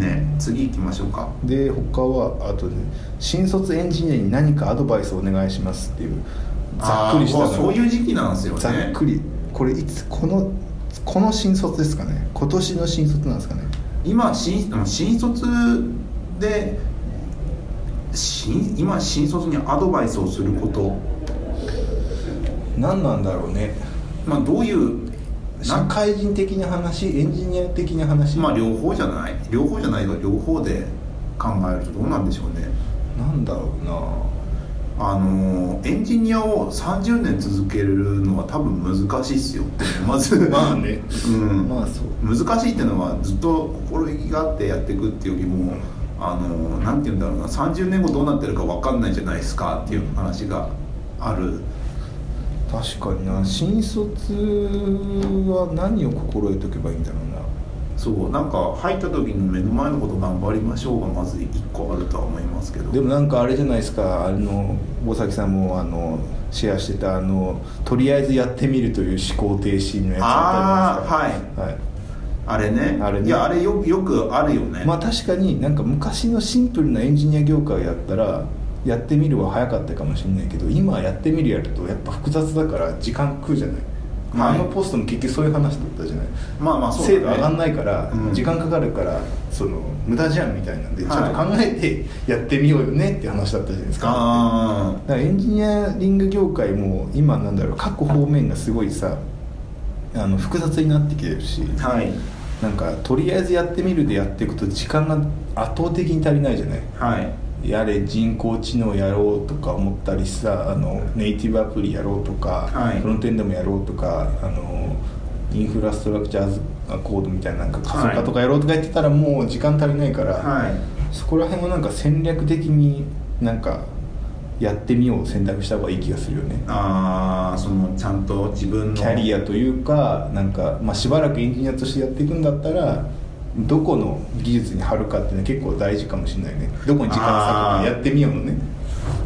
Speaker 2: な
Speaker 1: ね次行きましょうか
Speaker 2: で他はあとね新卒エンジニアに何かアドバイスをお願いしますっていうざっくりした
Speaker 1: あーもうそういうう時期なんですよね
Speaker 2: ざっくりこれいつこのこの新卒ですかね今年の新卒なんですかね
Speaker 1: 今新でも新卒で新今新卒にアドバイスをすること、
Speaker 2: 何なんだろうね
Speaker 1: まあ、どういう
Speaker 2: 社
Speaker 1: な
Speaker 2: 会人的な話エンジニア的な話、
Speaker 1: まあ両方じゃない両方じゃないが両方で考えるとどうなんでしょうね
Speaker 2: なんだろうな
Speaker 1: あのーエンジニアを30年続けるのは多分難しいっすよまず
Speaker 2: まあね
Speaker 1: うん
Speaker 2: まあそう
Speaker 1: 難しいっていうのはずっと心意気があってやっていくっていうよりもあのなんて言うんだろうな30年後どうなってるか分かんないじゃないですかっていう話がある
Speaker 2: 確かにな新卒は何を心得とけばいいんだろう
Speaker 1: そうなんか入った時の目の前のこと頑張りましょうがまず1個あるとは思いますけど
Speaker 2: なでもなんかあれじゃないですかあの大崎さんもあのシェアしてたあのとりあえずやってみるという思考停止のやつ
Speaker 1: あ
Speaker 2: った
Speaker 1: あ
Speaker 2: じゃないですかはい
Speaker 1: あれね
Speaker 2: あれね
Speaker 1: いやあれよよくあるよね、
Speaker 2: まあ確かになんか昔のシンプルなエンジニア業界だったらやってみるは早かったかもしれないけど今やってみるやるとやっぱ複雑だから時間食うじゃない、まあ
Speaker 1: はい
Speaker 2: あのポストも結局そういう話だったじゃない、
Speaker 1: まあまあそうだね
Speaker 2: 精度上がんないから
Speaker 1: うん
Speaker 2: 時間かかるからその無駄じゃんみたいなんでちょ
Speaker 1: は
Speaker 2: っ
Speaker 1: い
Speaker 2: と考えてやってみようよねって話だったじゃないですか、
Speaker 1: あ
Speaker 2: だからエンジニアリング業界も今なんだろう各方面がすごいさあの複雑になってきてるし、
Speaker 1: あはい
Speaker 2: なんかとりあえずやってみるでやっていくと時間が圧倒的に足りないじゃない
Speaker 1: はい
Speaker 2: やれ人工知能やろうとか思ったりさあのネイティブアプリやろうとか、
Speaker 1: はい
Speaker 2: フロントエンドもやろうとかあのインフラストラクチャーズコードみたいななんか仮想化とかやろうとか言ってたらもう時間足りないから、
Speaker 1: はい
Speaker 2: そこら辺をなんか戦略的になんかやってみようを選択した方がいい気がするよね
Speaker 1: ああそのちゃんと自分の
Speaker 2: キャリ
Speaker 1: ア
Speaker 2: アというかなんか、まあ、しばらくエンジニアとしてやっていくんだったらどこの技術に張るかっていうのは結構大事かもしれないねどこに時間割くかやってみようのね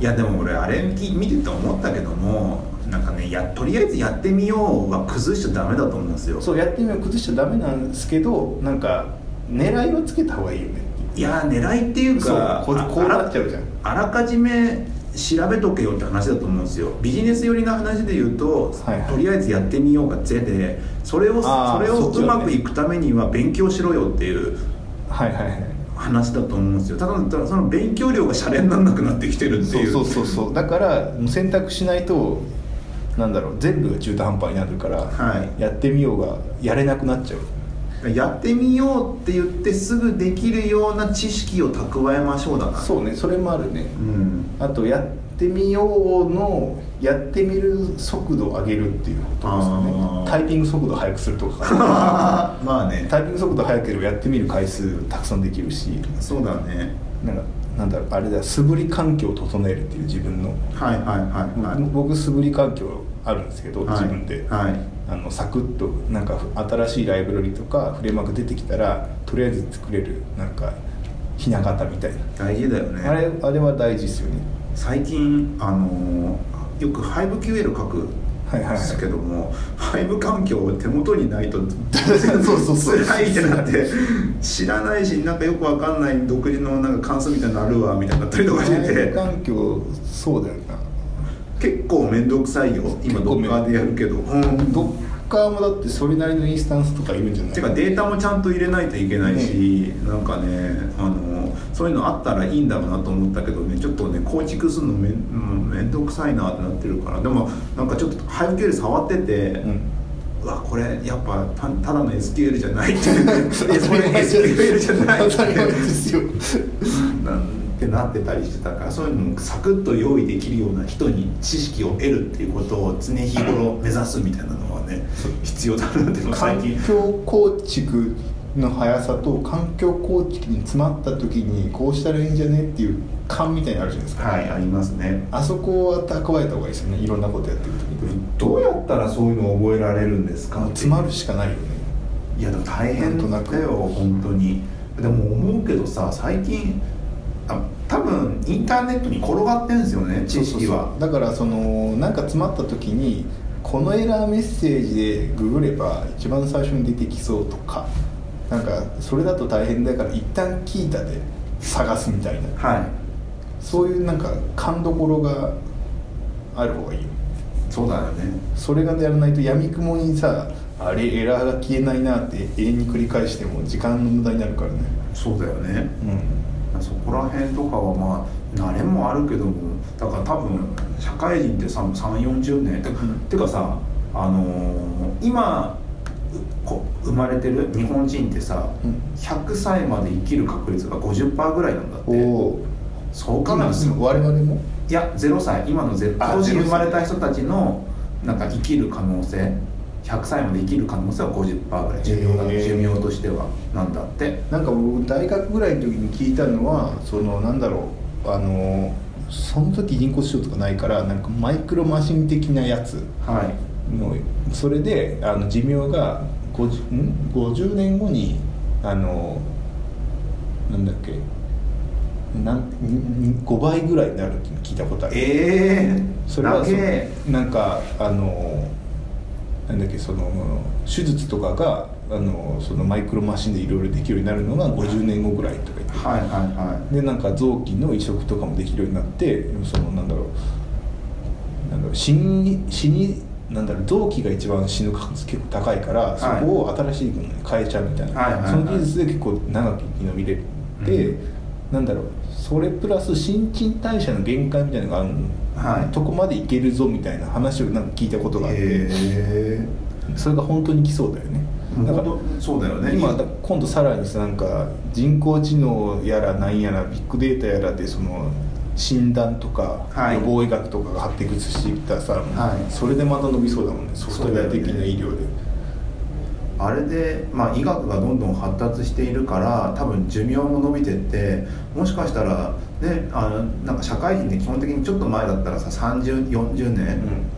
Speaker 1: いやでも俺あれ見てて思ったけどもなんかねやとりあえずやってみようは崩しちゃダメだと思うんですよ
Speaker 2: そうやってみよう崩しちゃダメなんですけどなんか狙いはつけた方がいいよねっていう
Speaker 1: いや狙いっていうか
Speaker 2: そうこ
Speaker 1: あ
Speaker 2: こうなっちゃうじゃん
Speaker 1: あらあらかじめ調べとけよって話だと思うんですよビジネス寄りな話で言うと、
Speaker 2: はいはい
Speaker 1: とりあえずやってみようが「ぜ」でそれを
Speaker 2: あー
Speaker 1: それを
Speaker 2: そっち
Speaker 1: う
Speaker 2: はね
Speaker 1: まくいくためには勉強しろよっていう
Speaker 2: はいはいはい
Speaker 1: 話だと思うんですよただただその勉強量がシャレにならなくなってきてるって
Speaker 2: そ
Speaker 1: いうう
Speaker 2: そうそうそうだからもう選択しないとなんだろう全部が中途半端になるから、
Speaker 1: はい
Speaker 2: やってみようがやれなくなっちゃう
Speaker 1: やってみようって言ってすぐできるような知識を蓄えましょうだな
Speaker 2: そうねそれもあるね
Speaker 1: うん
Speaker 2: あとやってみようのやってみる速度を上げるっていうことですよ
Speaker 1: あ
Speaker 2: ね
Speaker 1: ー
Speaker 2: タイピング速度を速くするとか
Speaker 1: まあね
Speaker 2: タイピング速度速ければやってみる回数たくさんできるし
Speaker 1: そうだね
Speaker 2: なんかなんだろうあれだ素振り環境を整えるっていう自分の、
Speaker 1: はいはいはいはい
Speaker 2: 僕素振り環境あるんですけど、
Speaker 1: はい
Speaker 2: 自分で、
Speaker 1: はい
Speaker 2: あのサクッとなんか新しいライブラリとかフレームワーク出てきたらとりあえず作れるなんかひな形みたいな、
Speaker 1: 大事だよね
Speaker 2: あれあれは大事ですよね
Speaker 1: 最近あのーよく 5QL 書く
Speaker 2: はいはい
Speaker 1: ん
Speaker 2: はい
Speaker 1: ですけども、5環境を手元にないと
Speaker 2: そうそうそう
Speaker 1: 辛いってなって知らないしなんかよくわかんない独自のなんか関数みたいなのあるわみたいになったりとかして
Speaker 2: 内
Speaker 1: て
Speaker 2: 部環境そうだよな
Speaker 1: 結構面倒くさいよ今
Speaker 2: 結構
Speaker 1: ドッ
Speaker 2: 面
Speaker 1: カーでやるけど、うん
Speaker 2: ドッカーもだってそれなりのインスタンスとかいるんじゃない
Speaker 1: てかデータもちゃんと入れないといけないし、なんかねあのそういうのあったらいいんだろうなと思ったけどねちょっとね構築するのめうん面倒くさいなってなってるからでもなんかちょっと背景で触ってて、う
Speaker 2: うん
Speaker 1: わこれやっぱたただの SQL じゃないって いやこれ SQL
Speaker 2: SQL
Speaker 1: じゃないっ
Speaker 2: 当たり前で
Speaker 1: て
Speaker 2: すよ
Speaker 1: なんてなってたりしてたからそういうのもサクッと用意できるような人に知識を得るっていうことを常日頃目指すみたいなのはね必要だなっていうのは最
Speaker 2: 環
Speaker 1: 近
Speaker 2: 境構築の速さと環境構築に詰まった時にこうしたらいいんじゃねっていう勘みたいなのあるじゃないですか、
Speaker 1: はいありますね
Speaker 2: あそこは蓄えた方がいいですよねいろんなことやってる時に
Speaker 1: どうやったらそういうのを覚えられるんですか
Speaker 2: 詰まるしかないよね
Speaker 1: いやでも大変
Speaker 2: なんと
Speaker 1: だ
Speaker 2: な
Speaker 1: よ
Speaker 2: く
Speaker 1: 本当にでも思うけどさ最近あ多分インターネットに転がってんですよね知識は
Speaker 2: だからそのなんか詰まった時にこのエラーメッセージでググれば一番最初に出てきそうとかなんかそれだと大変だから一旦聞いたで探すみたいな
Speaker 1: はい
Speaker 2: そういうなんか勘どころがある方がいいよ
Speaker 1: そうだよね
Speaker 2: それがやらないとやみくもにさあれエラーが消えないなって永遠に繰り返しても時間の無駄になるからね
Speaker 1: そうだよね
Speaker 2: うん
Speaker 1: そこら辺とかはまあ慣れもあるけどもだから多分社会人ってさ3 4 0年て,、
Speaker 2: うん
Speaker 1: てかさあのー今うこ生まれてる日本人ってさ、
Speaker 2: うん
Speaker 1: 100歳まで生きる確率が50%ぐらいなんだって
Speaker 2: おお
Speaker 1: そうかなん
Speaker 2: 今
Speaker 1: ですよ
Speaker 2: 我々も
Speaker 1: いや0歳今のゼ今
Speaker 2: あ
Speaker 1: 年
Speaker 2: 0歳
Speaker 1: 生まれた人たちのなんか生きる可能性100歳まで生きる可能性は50%ぐらい寿命が
Speaker 2: へー
Speaker 1: 寿命としてはなんだって
Speaker 2: なんか僕大学ぐらいの時に聞いたのはそのなんだろうあのその時人工指標とかないからなんかマイクロマシン的なやつ
Speaker 1: はい
Speaker 2: のそれであの寿命が 50, ん50年後にあのなんだっけなんん5倍ぐらいになるっていうの聞いたことある
Speaker 1: ええ
Speaker 2: それはそ
Speaker 1: 長え
Speaker 2: なんかあのなんだっけその手術とかがあのそのマイクロマシンでいろいろできるようになるのが50年後ぐらいとか言って
Speaker 1: はいはいは
Speaker 2: でなんか臓器の移植とかもできるようになってそのなんだろうなんだろう死に死になんだろう臓器が一番死ぬ確率結構高いから、
Speaker 1: い
Speaker 2: そこを新しいのに変えちゃうみたいな、
Speaker 1: はいはいはい
Speaker 2: その技術で結構長く生き延びれて、
Speaker 1: うん
Speaker 2: なんだろうそれプラス新陳代謝の限界みたいなのがあるの、
Speaker 1: はい
Speaker 2: とこまでいけるぞみたいな話をなんか聞いたことがあ
Speaker 1: い
Speaker 2: って、
Speaker 1: え
Speaker 2: それが本当に来そうだよね
Speaker 1: え
Speaker 2: だ
Speaker 1: な
Speaker 2: か
Speaker 1: ん
Speaker 2: ら
Speaker 1: そうだよね
Speaker 2: 今だ今度さらにさなんか人工知能やらなんやらビッグデータやらでその診断とか
Speaker 1: はい
Speaker 2: 予防医学とかが発展してきたらさ、
Speaker 1: はい
Speaker 2: それでまた伸びそうだもんねソフトウェア的な医療で、
Speaker 1: あれで、まあ、医学がどんどん発達しているから多分寿命も伸びてってもしかしたら、ね、あのなんか社会人で基本的にちょっと前だったらさ3040
Speaker 2: う
Speaker 1: 年、
Speaker 2: ん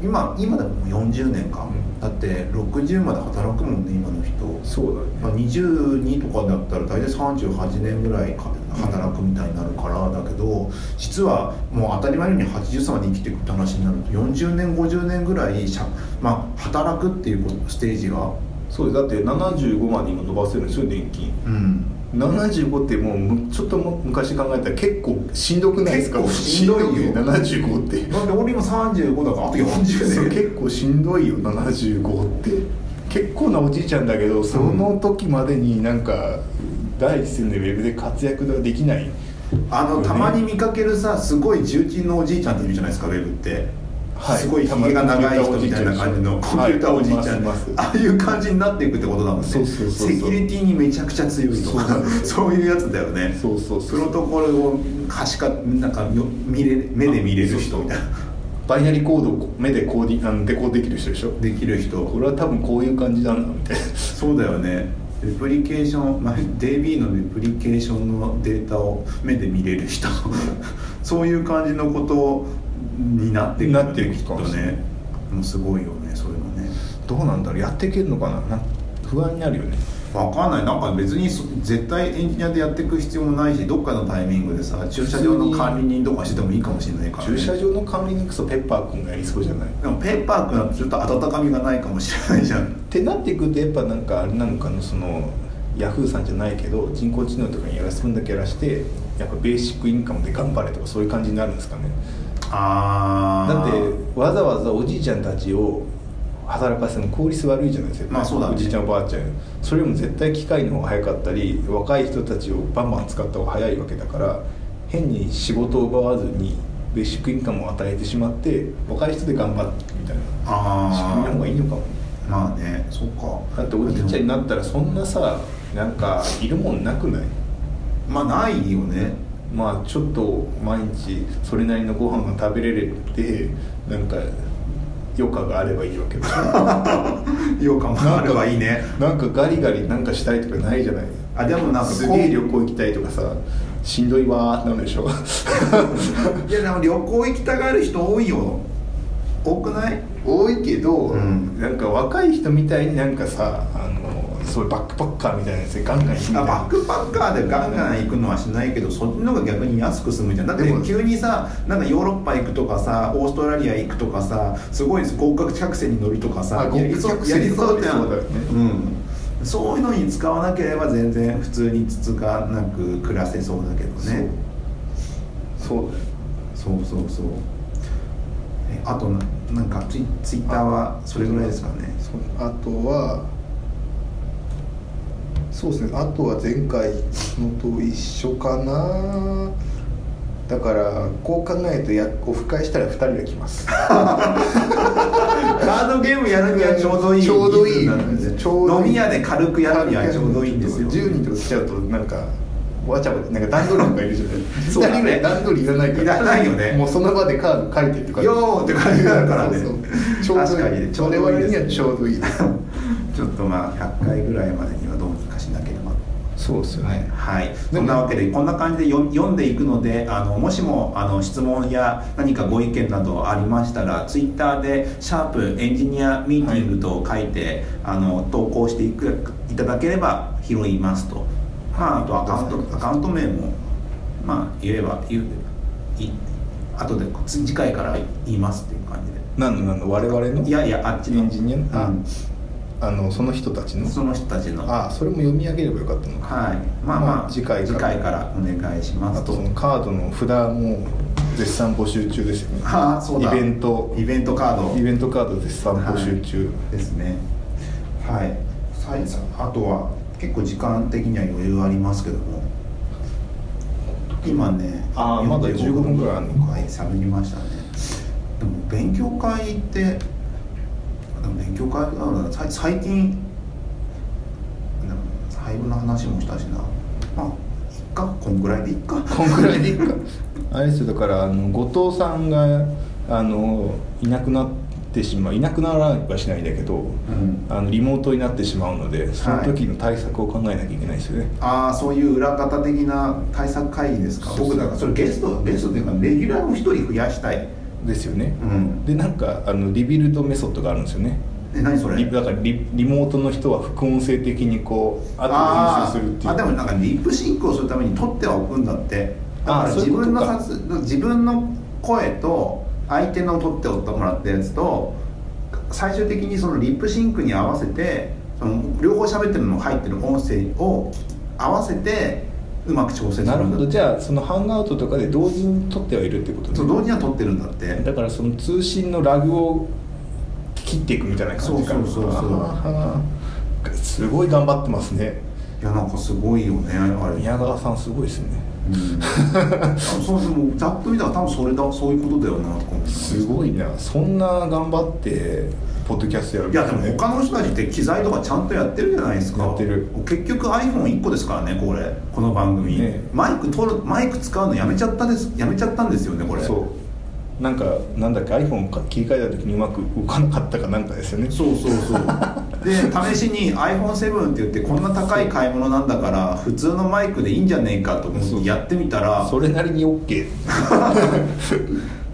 Speaker 1: 今今でも40年か、
Speaker 2: うん
Speaker 1: だって60まで働くもんね今の人、
Speaker 2: そうだね
Speaker 1: まあ、22とかだったら大体38年ぐらいか働くみたいになるからだけど実はもう当たり前のように80歳まで生きていくって話になると40年50年ぐらいしゃ、まあ、働くっていうことステージが。
Speaker 2: そうだって75まで今伸ばせるんですよ年金
Speaker 1: うん
Speaker 2: 75ってもうむちょっとも昔考えたら結構しんどくないですか
Speaker 1: 結構しんどいよ
Speaker 2: しんど75って
Speaker 1: なんで俺今35だからあと
Speaker 2: そう
Speaker 1: 40年
Speaker 2: 結構しんどいよ75って結構なおじいちゃんだけどその時までになんか第一線でウェブで活躍ができない
Speaker 1: あのたまに見かけるさすごい重鎮のおじいちゃんっているじゃないですかウェブって、
Speaker 2: はい
Speaker 1: すごいひげが長い人みたいな感じのコ
Speaker 2: コ
Speaker 1: ン
Speaker 2: ン
Speaker 1: ピ
Speaker 2: ピ
Speaker 1: ュー
Speaker 2: ュー
Speaker 1: タ
Speaker 2: タ
Speaker 1: ー
Speaker 2: ー
Speaker 1: お
Speaker 2: お
Speaker 1: じ
Speaker 2: じ
Speaker 1: い
Speaker 2: い
Speaker 1: ち
Speaker 2: ち
Speaker 1: ゃ
Speaker 2: ゃ
Speaker 1: ん
Speaker 2: ん
Speaker 1: ね
Speaker 2: はいいますいます
Speaker 1: ああいう感じになっていくってことだもんね
Speaker 2: そうそうそうそう
Speaker 1: セキュリティにめちゃくちゃ強いとか
Speaker 2: そう
Speaker 1: そういうやつだよね
Speaker 2: そうそうそ
Speaker 1: プ
Speaker 2: う
Speaker 1: ロトコルを可視化なんかよ見れ目で見れる人みたいな
Speaker 2: バイナリーコードを目でコーディあのデコードできる人でしょ
Speaker 1: できる人
Speaker 2: これは多分こういう感じだなみたいな
Speaker 1: そうだよねレプリケーション、まあ、DB のレプリケーションのデータを目で見れる 人そういう感じのことになってくるよね
Speaker 2: なってい
Speaker 1: きっ
Speaker 2: くか
Speaker 1: と
Speaker 2: もしれない
Speaker 1: ねもうすごいよねそういうのね
Speaker 2: どうなんだろうやっていけるのかななんか不安になるよね
Speaker 1: 分かんないなんか別にそ絶対エンジニアでやっていく必要もないしどっかのタイミングでさ駐車場の管理人とかしててもいいかもしれないから、ね、
Speaker 2: 駐車場の管理に行くとペッパー君がやりそうじゃない
Speaker 1: でもペッパー君はちょっと温かみがないかもしれないじゃん
Speaker 2: ってなっていくとやっぱなんかあれなのかなそのヤフーさんじゃないけど人工知能とかにやらせるんだけやらしてやっぱベーシックインカムで頑張れとかそういう感じになるんですかね
Speaker 1: あ
Speaker 2: だっ
Speaker 1: ー
Speaker 2: てわざわざおじいちゃんたちを働かせるの効率悪いじゃないですか、
Speaker 1: まあそうだね
Speaker 2: おじいちゃんおばあちゃんそれよりも絶対機械の方が早かったり若い人たちをバンバン使った方が早いわけだから変に仕事を奪わずにベーシックインカムを与えてしまって若い人で頑張ってみたいな仕組みの
Speaker 1: あ
Speaker 2: 方がいいのかもね
Speaker 1: ーまあねそっか
Speaker 2: だっておじいちゃんになったらそんなさなんかいるもんなくない
Speaker 1: まあないよね
Speaker 2: まあちょっと毎日それなりのご飯が食べれるってなんか余暇があればいいわけだ か
Speaker 1: よかも
Speaker 2: ら
Speaker 1: あればいいね
Speaker 2: なんかガリガリなんかしたいとかないじゃない
Speaker 1: あでもなんか
Speaker 2: すげえ旅行行きたいとかさしんどいわーってなるで しょ
Speaker 1: いやでも旅行行きたがる人多いよ多くない
Speaker 2: 多いけど、
Speaker 1: うん
Speaker 2: なんか若い人みたいになんかさあのそういうバックパッカーみたいなやつでガンガン行くみた
Speaker 1: あ
Speaker 2: いな
Speaker 1: バックパッカーでガンガン行くのはしないけどそっちの方が逆に安く済むじゃんだって
Speaker 2: でも
Speaker 1: 急にさなんかヨーロッパ行くとかさオーストラリア行くとかさすごい豪華客船に乗るとかさ
Speaker 2: あ
Speaker 1: やりそう
Speaker 2: 豪華客
Speaker 1: や
Speaker 2: 船
Speaker 1: りそうじゃん
Speaker 2: そうだよね
Speaker 1: うん、そういうのに使わなければ全然普通につつがなく暮らせそうだけどね
Speaker 2: そうそうだよ
Speaker 1: そうそうそうえあとななんかツイツイッターはそれぐらいですかね
Speaker 2: そうあとはそうですねあとは前回のと一緒かなだからこう考えるとやオフ会したら2人が来ます
Speaker 1: カードゲームやるにはちょうどいい
Speaker 2: ちょうどいい
Speaker 1: 人数なんで
Speaker 2: ちょうどいい
Speaker 1: 飲み屋で軽 くやるにはちょうどいいんですよ
Speaker 2: 10人とか来ちゃうとなんかわちゃわちゃなんか段取りとかいるじゃない
Speaker 1: そうだね
Speaker 2: 2人ぐらい段取りいらないから
Speaker 1: いらないよね
Speaker 2: もうその場でカード書いてとか
Speaker 1: よーって感じだからね
Speaker 2: そうそうちょう
Speaker 1: 確か
Speaker 2: どい
Speaker 1: にね
Speaker 2: い
Speaker 1: ちょうどいい
Speaker 2: 我
Speaker 1: です
Speaker 2: 々にはちょうどいいです
Speaker 1: ちょっとまあ100回ぐらいまでにはどうにかしなければ
Speaker 2: そうですよね
Speaker 1: はい、そんなわけでこんな感じで読読んでいくのであのもしもあの質問や何かご意見などありましたらツイッターで「シャープエンジニアミーティング」と書いて、あの投稿していくいただければ拾いますと、まあ、あとアカウントアカウント名も、まあ、言えば言うい後で次次回から言いますっていう感じで
Speaker 2: 何の何の我々の
Speaker 1: いやいやあっちの
Speaker 2: エンジニアのあ
Speaker 1: うん
Speaker 2: あのその人たちの
Speaker 1: その人たちの
Speaker 2: あそれも読み上げればよかったのか
Speaker 1: はい、まあま
Speaker 2: ま
Speaker 1: あ
Speaker 2: あ次回から
Speaker 1: からお願いしま
Speaker 2: あ
Speaker 1: す
Speaker 2: と
Speaker 1: と
Speaker 2: そのカードの札も絶賛募集中ですよね
Speaker 1: あーそうだ
Speaker 2: イベント
Speaker 1: イベントカード
Speaker 2: イベントカード絶賛募集中、
Speaker 1: ですねはいさいさあとは結構時間的には余裕ありますけども今ね
Speaker 2: あーまだ15分ぐらいあるのか
Speaker 1: はい喋りましたねでも勉強会ってでも勉強会なんださい最近でも配分の話もしたしなまあいっかこんぐらいでいっか
Speaker 2: こんくらいでいいかあれですよだからあの後藤さんがあのいなくなってしまういなくならはしないんだけど、
Speaker 1: ん
Speaker 2: あのリモートになってしまうのでその時の対策を考えなきゃいけないですよね、
Speaker 1: ああそういう裏方的な対策会議ですか
Speaker 2: そうそう
Speaker 1: 僕だからそれゲストゲストというかレギュラーを一人増やしたい
Speaker 2: ですよね
Speaker 1: う、ん
Speaker 2: でなんかあのリビルドメソッドがあるんですよね
Speaker 1: え何それ
Speaker 2: リだからリリモートの人は副音声的にこう
Speaker 1: あー
Speaker 2: 後で編集するっていう
Speaker 1: あでもなんかリップシンクをするために撮ってはおくんだってだか
Speaker 2: あ
Speaker 1: ら
Speaker 2: ーそうい
Speaker 1: 自
Speaker 2: うこと
Speaker 1: 分の
Speaker 2: か
Speaker 1: さつ自分の声と相手の撮っておってもらったやつと最終的にそのリップシンクに合わせてその両方喋ってるのも入ってる音声を合わせてうまく調整するんだ
Speaker 2: なるほどじ
Speaker 1: ゃ
Speaker 2: ゃあそのハングアウトとかで同時に撮ってはいるってことね
Speaker 1: そう同時には撮ってるんだって
Speaker 2: だからその通信のラグを切っていくみたいな感じか
Speaker 1: そうそうそうそう
Speaker 2: あーはーすごい頑張ってますね
Speaker 1: いやなんかすごいよねあれ
Speaker 2: 宮川さんすごいですね
Speaker 1: うん多分そうでもざっと見たら多分それだそういうことだよなとか思って
Speaker 2: すごいなそんな頑張ってポッドキャストやるん
Speaker 1: いや
Speaker 2: で
Speaker 1: です
Speaker 2: ね
Speaker 1: も他の人たちって機材とかちゃんとやってるじゃないですか
Speaker 2: やってる
Speaker 1: 結局 iPhone1 個ですからねこれこの番組、
Speaker 2: ね
Speaker 1: マイク取るマイク使うのやめちゃったですやめちゃったんですよねこれ
Speaker 2: そうなんかなんだっけ iPhone か切り替えた時にうまく動かなかったかなんかですよね
Speaker 1: そうそうそう で試しに iPhone7 って言ってこんな高い買い物なんだから普通のマイクでいいんじゃねえかと思
Speaker 2: そ
Speaker 1: っ
Speaker 2: う
Speaker 1: てやってみたら
Speaker 2: それなりに OK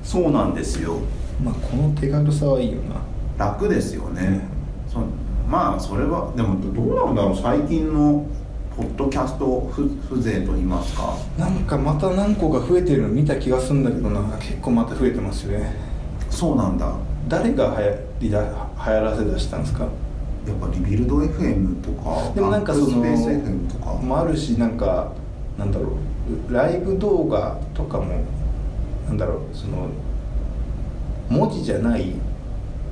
Speaker 1: そうなんですよ
Speaker 2: まあこの手軽さはいいよな
Speaker 1: 楽ですよね、そまあそれはでもどどうなんだろう最近のポッドキャストふ風情と言いますか
Speaker 2: なんかまた何個か増えてるの見た気がするんだけどな結構また増えてますよね
Speaker 1: そうなんだや
Speaker 2: 誰が流行りだ流行らせだしたんですか
Speaker 1: っぱリビルド FM とか
Speaker 2: でもなんかその
Speaker 1: バックスペース FM とか、
Speaker 2: もあるしなんかなんだろうライブ動画とかもなんだろうその文字じゃない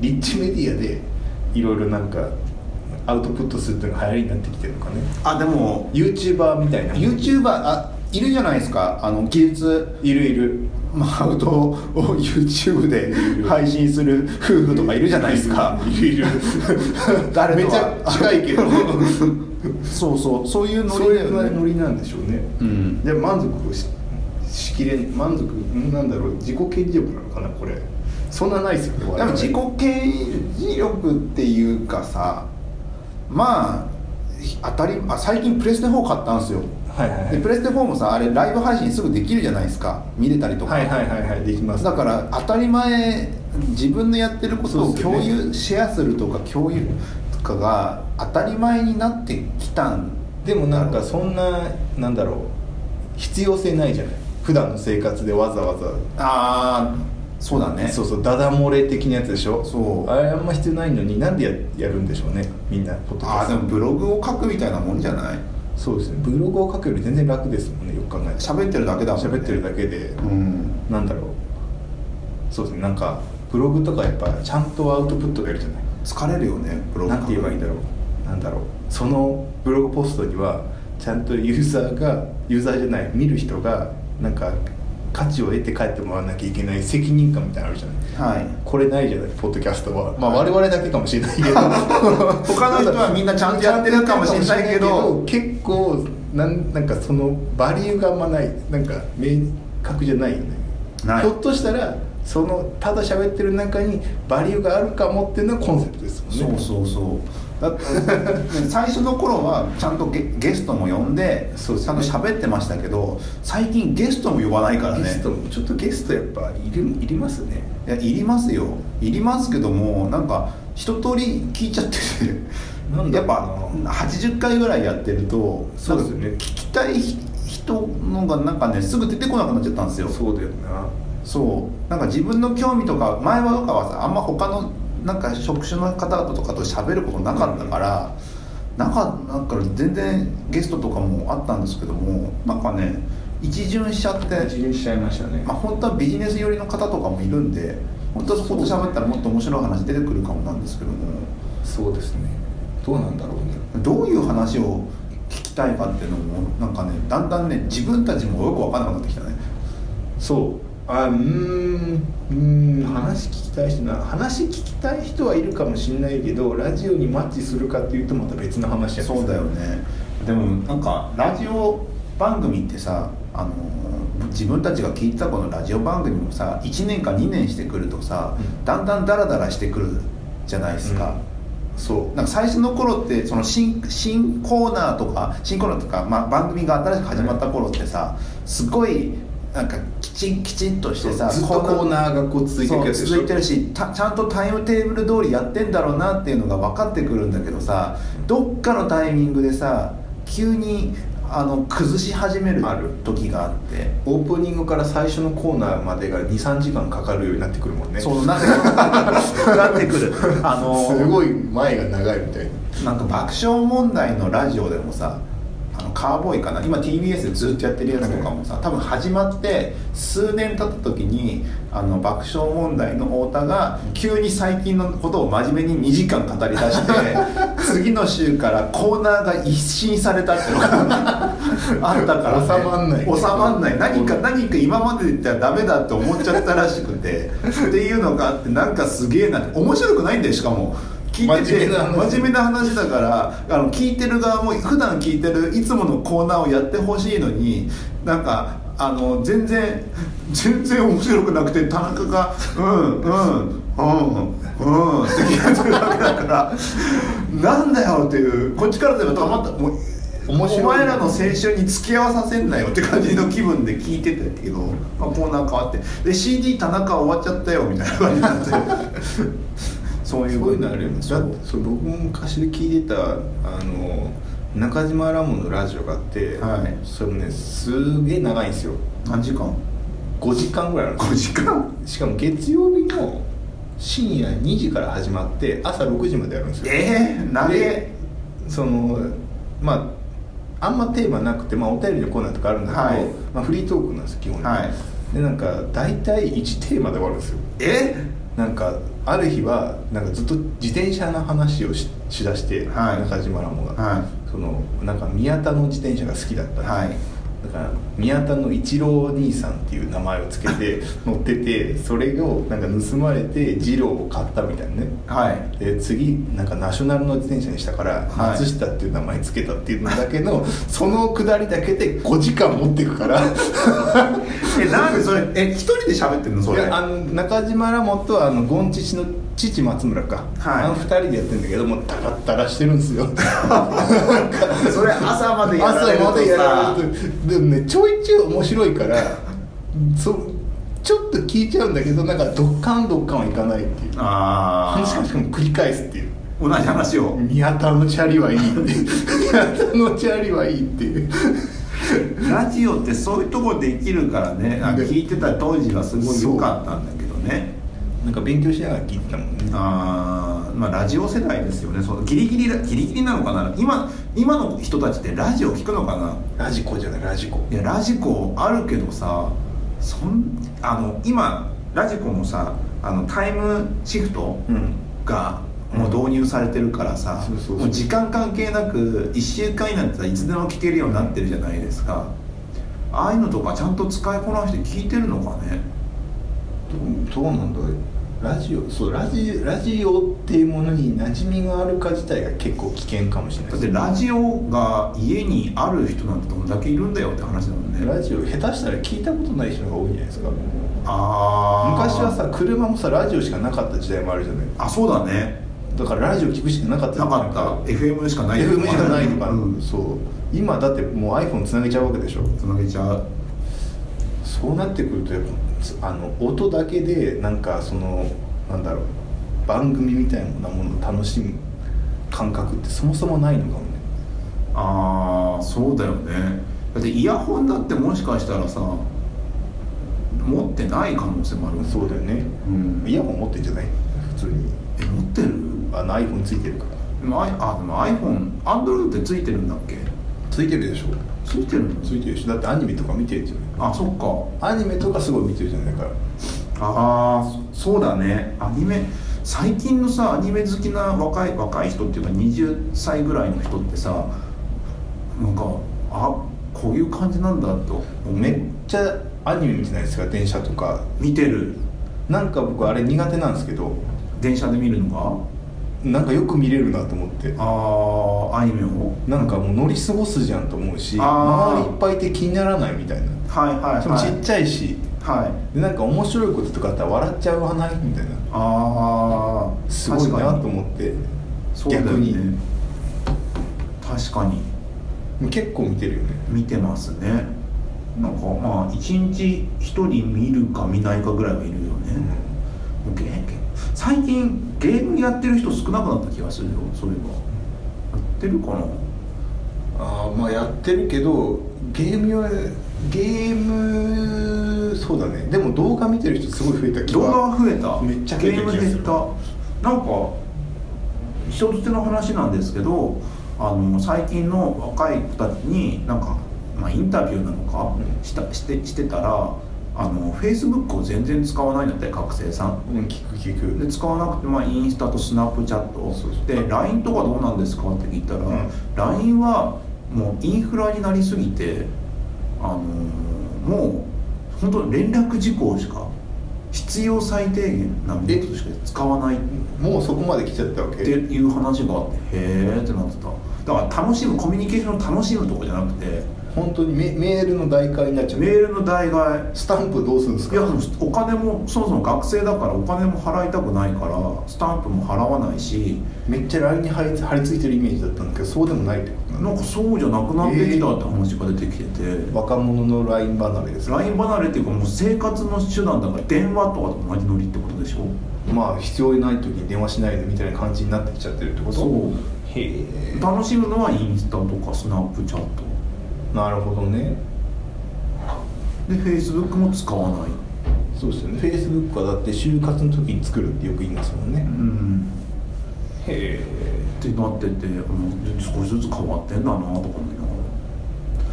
Speaker 2: リッチメディアでいろいろなんかアウトプットするっていうのが流行りになってきてるのかね
Speaker 1: あでも
Speaker 2: YouTuber みたいな
Speaker 1: YouTuber あいるじゃないですかあの技術
Speaker 2: いるいる
Speaker 1: マウトを YouTube で配信する夫婦とかいるじゃないですか
Speaker 2: いるいる
Speaker 1: 誰
Speaker 2: め
Speaker 1: と
Speaker 2: ち
Speaker 1: は
Speaker 2: ゃ近いけど
Speaker 1: そうそうそういうノ
Speaker 2: そう
Speaker 1: リだ
Speaker 2: い
Speaker 1: よ
Speaker 2: うノ
Speaker 1: ね
Speaker 2: リなんでしょうね、
Speaker 1: うん
Speaker 2: で満足をししきれん満足んなんだろう自己顕示力なのかなこれそんなないですよね我
Speaker 1: でも
Speaker 2: 々
Speaker 1: 自己啓示力っていうかさまあ当たりあ最近プレステ4買ったんですよ
Speaker 2: はいはいはい
Speaker 1: でプレステ4もさあれライブ配信すぐできるじゃないですか見れたりとか、
Speaker 2: はいはいはいはいできます
Speaker 1: だから当たり前自分のやってること
Speaker 2: そう
Speaker 1: を
Speaker 2: ですよ
Speaker 1: 共
Speaker 2: ね
Speaker 1: 有、シェアするとか共有とかが当たり前になってきたん
Speaker 2: でもなんかそんななんだろう必要性ないじゃない普段の生活でわざわざ
Speaker 1: ああそうだね
Speaker 2: そうそうダダ漏れ的なやつでしょ
Speaker 1: そう
Speaker 2: あれあんま必要ないのになんでややるんでしょうねみんなポッドキ
Speaker 1: あ
Speaker 2: ャ
Speaker 1: あ
Speaker 2: ス
Speaker 1: で
Speaker 2: ト
Speaker 1: もブログを書くみたいなもんじゃない
Speaker 2: そうですねブログを書くより全然楽ですもんねよく考えたら
Speaker 1: 喋ってるだけだもんね
Speaker 2: 喋ってるだけで、
Speaker 1: うん
Speaker 2: なんだろうそうですねなんかブログとかやっぱちゃんとアウトプットがいるじゃない
Speaker 1: 疲れるよねブログ
Speaker 2: なんて言えばいいんだろうなんだろうそのブログポストにはちゃんとユーザーがユーザーじゃない見る人がなんか価値を得て帰ってもらわなきゃいけない責任感みたいなのあるじゃない
Speaker 1: はい
Speaker 2: これないじゃないポッドキャストはまあ我々だけかもしれない けど
Speaker 1: 他の人はみんなちゃんとやってるかもしれないけど
Speaker 2: 結構なんなんかそのバリューがあんまないなんか明確じゃないよね
Speaker 1: ない
Speaker 2: ひょっとしたらそのただ喋ってる中にバリューがあるかもっていうのがコンセプトですもんね
Speaker 1: そうそうそうだ って最初の頃はちゃんとゲゲストも呼んで
Speaker 2: そうです
Speaker 1: ちゃ
Speaker 2: ね
Speaker 1: んと喋ってましたけど最近ゲストも呼ばないから
Speaker 2: ゲ
Speaker 1: ね
Speaker 2: ストもちょっとゲストやっぱいるいりますね
Speaker 1: いやいりますよいりますけどもなんか一通り聞いちゃってて
Speaker 2: なんだ
Speaker 1: や
Speaker 2: ろ
Speaker 1: っ
Speaker 2: うな
Speaker 1: ぱ80回ぐらいやってると
Speaker 2: そうですよね
Speaker 1: なんか聞きたい人のがなんかねすぐ出てこなくなっちゃったんですよ
Speaker 2: そうだよな
Speaker 1: そうなんか自分の興味とか前はとかはさあんま他のなんか職種の方とかと喋ることなかったから、なんかなんか全然ゲストとかもあったんですけどもなんかね一巡しちゃって
Speaker 2: 自立しちゃいましたね
Speaker 1: まあ本当はビジネス寄りの方とかもいるんで本当はそこと喋ったらもっと面白い話出てくるかもなんですけども
Speaker 2: そうですねどうなんだろうね
Speaker 1: どういう話を聞きたいかっていうのもなんかねだんだんね自分たちもよく分からなくなってきたね
Speaker 2: そうあうーんうーん話聞きたい人な話聞きたい人はいるかもしれないけどラジオにマッチするかっていうとまた別の話や
Speaker 1: そうだよねでもなんかラジオ番組ってさあの自分たちが聞いてたこのラジオ番組もさ1年か2年してくるとさ、
Speaker 2: うん
Speaker 1: だんだんダラダラしてくるじゃないですか、
Speaker 2: そう
Speaker 1: なんか最初の頃ってその新新コーナーとか新コーナーとか、まあ、番組が新しく始まった頃ってさすごいなんかきちんきちんとしてさ
Speaker 2: ずっとコーナーがこう続いていくやつ
Speaker 1: そう
Speaker 2: で
Speaker 1: 続
Speaker 2: しょ
Speaker 1: いてるしたちゃんとタイムテーブル通りやってんだろうなっていうのが分かってくるんだけどさどっかのタイミングでさ急にあの崩し始める
Speaker 2: ある
Speaker 1: 時があって。
Speaker 2: オープニングから最初のコーナーまでが23時間かかるようになってくるもんね
Speaker 1: そうなってくる なってく るあの
Speaker 2: すごい前が長いみたいな
Speaker 1: なんか爆笑問題のラジオでもさあのカーボーイかな今 TBS でずっとやってるやつとかもさ多分始まって数年経った時にあの爆笑問題の太田が急に最近のことを真面目に2時間語りだ して次の週からコーナーが一新されたっていうの があったから、ね、
Speaker 2: 収まんない
Speaker 1: 収まんない何か何か今まで言ったらダメだって思っちゃったらしくてっていうのがあってなんかすげえな面白くないんだよしかも聞いてて
Speaker 2: 真面目な話
Speaker 1: 真面目な話だからあの聞いてる側も普段聞いてるいつものコーナーをやってほしいのになんかあの全然全然面白くなくて田中が「うんうんうんうん」って聞いてるだけだからなんだよっていうこっちからすればたまったもう
Speaker 2: 面白い
Speaker 1: お前らの青春に付き合わさせんなよって感じの気分で聞いてたけど、まあ、コーナー変わってで CD 田中終わっちゃったよみたいな感じになって そういう
Speaker 2: そういうのあるよね
Speaker 1: そ
Speaker 2: だっ
Speaker 1: う
Speaker 2: てそう僕も昔で聞いてたあの中島ラモンのラジオがあって、
Speaker 1: はい
Speaker 2: それもねすげえ長いんですよ
Speaker 1: 何時間
Speaker 2: 5時間ぐらいあるんです
Speaker 1: 5時
Speaker 2: よ
Speaker 1: 間
Speaker 2: しかも月曜日の深夜2時から始まって朝6時までやるんですよ
Speaker 1: ええ投
Speaker 2: で
Speaker 1: げ
Speaker 2: そのまああんまテーマなくて、まあ、お便りのコーナーとかあるんだけど、
Speaker 1: はい
Speaker 2: まあ、フリートークなんです基本、
Speaker 1: はい
Speaker 2: でなんか大体1テーマで終わるんですよ
Speaker 1: え
Speaker 2: なんかある日はなんかずっと自転車の話をししだして、
Speaker 1: はい
Speaker 2: 中島らもが、
Speaker 1: は
Speaker 2: そのなんか宮田の自転車が好きだったんですよ
Speaker 1: はい
Speaker 2: だから宮田の一郎兄さんっていう名前をつけ て乗っててそれをなんか盗まれて二郎を買ったみたいなね
Speaker 1: はい
Speaker 2: で次なんかナショナルの自転車にしたから、
Speaker 1: はい
Speaker 2: 松下っていう名前つけたっていうのだけのそのくだりだけで5時間持ってくから
Speaker 1: えなんでそれえ一人で喋ってん のそ
Speaker 2: い
Speaker 1: れ
Speaker 2: やあ
Speaker 1: は
Speaker 2: の中島らもとあのゴンチチの父松村か、
Speaker 1: はい
Speaker 2: あの二人でやってるんだけどもうたらったらしてるんですよ
Speaker 1: それ朝までやられる
Speaker 2: 朝ま
Speaker 1: と
Speaker 2: でやら
Speaker 1: さ
Speaker 2: れるとでもねちょいちょい面白いからそちょっと聞いちゃうんだけどなんかドッカンドッカンはいかないっていう
Speaker 1: ああ
Speaker 2: しかもしかも繰り返すっていう
Speaker 1: 同じ話を
Speaker 2: 宮田のチャリはいいっていう宮田のチャリはいいっていう
Speaker 1: ラジオってそういうとこできるからねあ聞いてた当時はすごい良かったんだけどね
Speaker 2: なんか勉強しながら聞いてたもんね
Speaker 1: あーまあラジオ世代ですよねそうギリギリラギリギリなのかな今今の人たちってラジオ聞くのかな
Speaker 2: ラジコじゃないラジコ
Speaker 1: いやラジコあるけどさそんあの今ラジコもさあのタイムシフト
Speaker 2: うん
Speaker 1: がもう導入されてるからさ、
Speaker 2: そうそうそう
Speaker 1: もう時間関係なく1週間以内だったらいつでも聞けるようになってるじゃないですか、ああいうのとかちゃんと使いこなして聞いてるのかね
Speaker 2: どうどうなんだラジオそうラジラジオっていうものに馴染みがあるか自体が結構危険かもしれない
Speaker 1: だ
Speaker 2: で
Speaker 1: って
Speaker 2: す
Speaker 1: ラジオが家にある人なんてどんだけいるんだよって話だもんね
Speaker 2: ラジオ下手したら聞いたことない人が多いんじゃないですか
Speaker 1: ああ
Speaker 2: 昔はさ車もさラジオしかなかった時代もあるじゃない
Speaker 1: あそうだね
Speaker 2: だからラジオ聞くしかなかった
Speaker 1: なかった FM しかない
Speaker 2: FM しかないとか、
Speaker 1: うん
Speaker 2: そう今だってもう iPhone つなげちゃうわけでしょ
Speaker 1: つなげちゃう
Speaker 2: そうなってくるとやっぱつあの音だけでなんかそのなんだろう番組みたいなものを楽しむ感覚ってそもそもないのかもね
Speaker 1: ああそうだよねだってイヤホンだってもしかしたらさ持ってない可能性もあるもん
Speaker 2: そうだよね、
Speaker 1: うん
Speaker 2: イヤホン持ってんじゃない普通に
Speaker 1: え持ってる
Speaker 2: あの iPhone ついてるから
Speaker 1: でもアイあでも iPhone アンドロイドってついてるんだっけ
Speaker 2: ついてるでしょ
Speaker 1: ついてるの
Speaker 2: ついてるでしょだってアニメとか見てるじゃない
Speaker 1: あそっか
Speaker 2: アニメとかすごい見てるじゃないから
Speaker 1: ああそうだねアニメ最近のさアニメ好きな若い若い人っていうか20歳ぐらいの人ってさなんかあこういう感じなんだと
Speaker 2: めっちゃアニメ見てないですか電車とか
Speaker 1: 見てる
Speaker 2: なんか僕あれ苦手なんですけど
Speaker 1: 電車で見るの
Speaker 2: なんかよく見れるなと思って
Speaker 1: がああアニメを
Speaker 2: なんかもう乗り過ごすじゃんと思うし
Speaker 1: あー
Speaker 2: 周りいっぱいいて気にならないみたいな
Speaker 1: はいはい
Speaker 2: でも
Speaker 1: は
Speaker 2: ち
Speaker 1: い
Speaker 2: っちゃいし、
Speaker 1: はい
Speaker 2: でなんか面白いこととかあったら笑っちゃわないみたいな
Speaker 1: ああ
Speaker 2: すごいなと
Speaker 1: う
Speaker 2: 思って
Speaker 1: そうだよ
Speaker 2: 逆
Speaker 1: ね
Speaker 2: に
Speaker 1: 確かに
Speaker 2: 結構見てるよね
Speaker 1: 見てますねなんかまあ一日一人見るか見ないかぐらいはいるよね、もうゲーム最近ゲームやってる人少なくなった気がするよそういえばやってるかな
Speaker 2: ああまあやってるけどゲームはゲームそうだねでも動画見てる人すごい増えた気が
Speaker 1: 動画が増えた
Speaker 2: めっちゃ増
Speaker 1: ゲ
Speaker 2: えた気
Speaker 1: ーム
Speaker 2: がする
Speaker 1: 減ったなんか人づての話なんですけどあの最近の若い子たちになんか、まあ、インタビューなのか
Speaker 2: うん
Speaker 1: したしてしてたらあのフェイスブックを全然使わないんだって学生さん
Speaker 2: うん聞く聞
Speaker 1: で
Speaker 2: く
Speaker 1: 使わなくて、まあ、インスタとスナップチャット
Speaker 2: そうそう
Speaker 1: で LINE とかどうなんですかって聞いたら、
Speaker 2: うん
Speaker 1: LINE はもうインフラになりすぎて、あのーもう本当連絡事項しか必要最低限なものとしか使わないっ
Speaker 2: もうそこまで来ちゃったわ
Speaker 1: て
Speaker 2: け
Speaker 1: いう話があってへえってなってただから楽しむコミュニケーションを楽しむとかじゃなくて
Speaker 2: 本当にメメールの代替になっちゃ
Speaker 1: メ
Speaker 2: う
Speaker 1: ールの代替
Speaker 2: スタンプどうするんです
Speaker 1: いやで
Speaker 2: か
Speaker 1: もお金もそもそも学生だからお金も払いたくないからスタンプも払わないし
Speaker 2: めっちゃ LINE に貼り貼り付いてるイメージだったんだけどそうでもないってこと
Speaker 1: な
Speaker 2: な
Speaker 1: ん
Speaker 2: の
Speaker 1: かそうじゃなくなってきたって話が出てきてて、
Speaker 2: 若者の LINE 離れですか
Speaker 1: LINE 離れっていうかもう生活の手段だから電話とかと同じノリってことでしょ
Speaker 2: まあ必要ない時に電話しないでみたいな感じになってきちゃってるってこと
Speaker 1: そう
Speaker 2: へえ
Speaker 1: 楽しむのはインスタとかスナップチャット
Speaker 2: なるほどね
Speaker 1: で Facebook も使わない
Speaker 2: そうですよね Facebook はだって就活の時に作るってよく言いますもんね
Speaker 1: うん
Speaker 2: へえ
Speaker 1: ってなっててうん少しずつ変わってんだなとか思いなが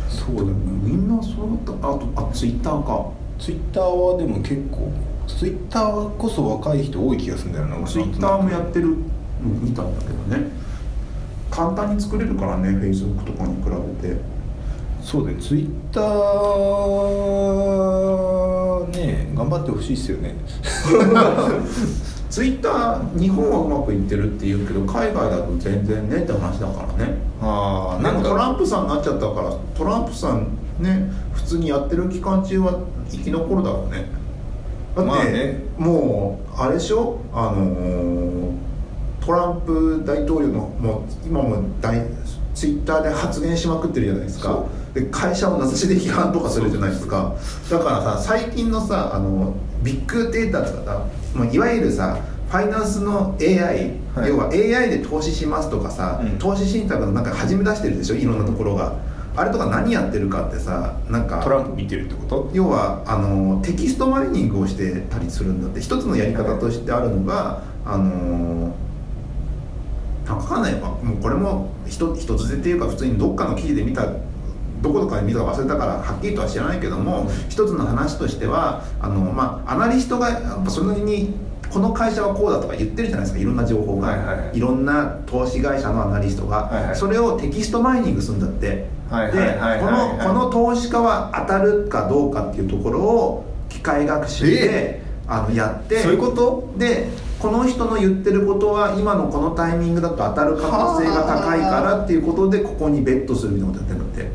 Speaker 2: そう
Speaker 1: ら
Speaker 2: だね
Speaker 1: みんなそうだったあとあ Twitter か
Speaker 2: Twitter はでも結構 Twitter こそ若い人多い気がするんだよな俺なんとなく
Speaker 1: Twitter もやってるの見たんだけどね簡単に作れるからね Facebook とかに比べて
Speaker 2: そうだねツイッターね頑張ってほしいですよね
Speaker 1: ツイッター日本はうまくいってるって言うけど海外だと全然ねって話だからね
Speaker 2: ああ
Speaker 1: な
Speaker 2: なんん
Speaker 1: か
Speaker 2: か
Speaker 1: トランプさんになっちゃったからトランプさんね普通にやってる期間中は生き残るだろうねだって、
Speaker 2: まあね
Speaker 1: もうあれでしょあのートランプ大統領のもう今も大ツイッターで発言しまくってるじゃないですかで会社を名指しで批判とかするじゃないですかだからさ最近のさあのビッグデータとかさまあいわゆるさファイナンスの AI、
Speaker 2: はい
Speaker 1: 要は AI で投資しますとかさ、
Speaker 2: うん
Speaker 1: 投資信託のなんか始め出してるでしょいろんなところがあれとか何やってるかってさなんか
Speaker 2: トランプ見てるってこと
Speaker 1: 要はあのテキストマイニングをしてたりするんだって一つのやり方としてあるのがあのなんかかんないわもうこれも一一つでっていうか普通にどっかの記事で見たどこどかで見たか忘れたからはっきりとは知らないけども一つの話としてはあの、まあ、アナリストがやっぱそれなりにこの会社はこうだとか言ってるじゃないですかいろんな情報が、
Speaker 2: はいはいはい
Speaker 1: ろんな投資会社のアナリストが、
Speaker 2: はいはい
Speaker 1: それをテキストマイニングするんだって。
Speaker 2: はいはい
Speaker 1: で
Speaker 2: はいはい
Speaker 1: こ
Speaker 2: はい
Speaker 1: のこの投資家は当たるかどうかっていうところを機械学習で、あのやって
Speaker 2: そういうこと
Speaker 1: でこの人の言ってることは今のこのタイミングだと当たる可能性が高いからっていうことでここにベットするみたいなことやってるんだって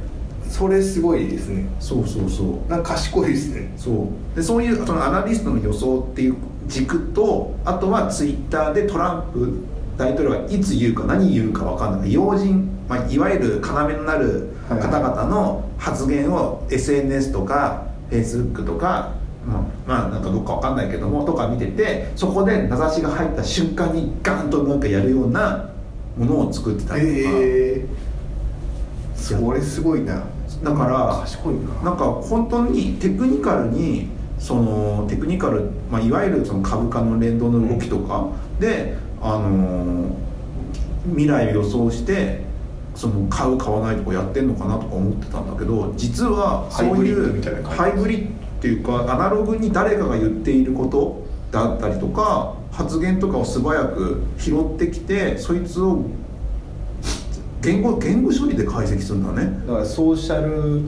Speaker 2: それすごいですね
Speaker 1: そうそうそう
Speaker 2: なんか賢いですね
Speaker 1: そうでそういうそのアナリストの予想っていう軸とあとはツイッターでトランプ大統領はいつ言うか何言うか分かんない要人、まあ、いわゆる要になる方々の発言を SNS とか Facebook とか、まあ、まあなんかどっか分かんないけどもとか見ててそこで名指しが入った瞬間にガンとなんかやるようなものを作ってたりとか、
Speaker 2: ええそれすごいな
Speaker 1: だから
Speaker 2: 賢い
Speaker 1: な
Speaker 2: な
Speaker 1: んか本当にテクニカルにそのテクニカル、まあ、いわゆるその株価の連動の動きとかで、あのー未来を予想してその買う買わないとかやってんのかなとか思ってたんだけど実はそうい
Speaker 2: ハイブリッド
Speaker 1: う
Speaker 2: みたいな感じ
Speaker 1: ハイブリッドっていうかアナログに誰かが言っていることだったりとか発言とかを素早く拾ってきてそいつを言語言語処理で解析するんだね。
Speaker 2: だからソーシャル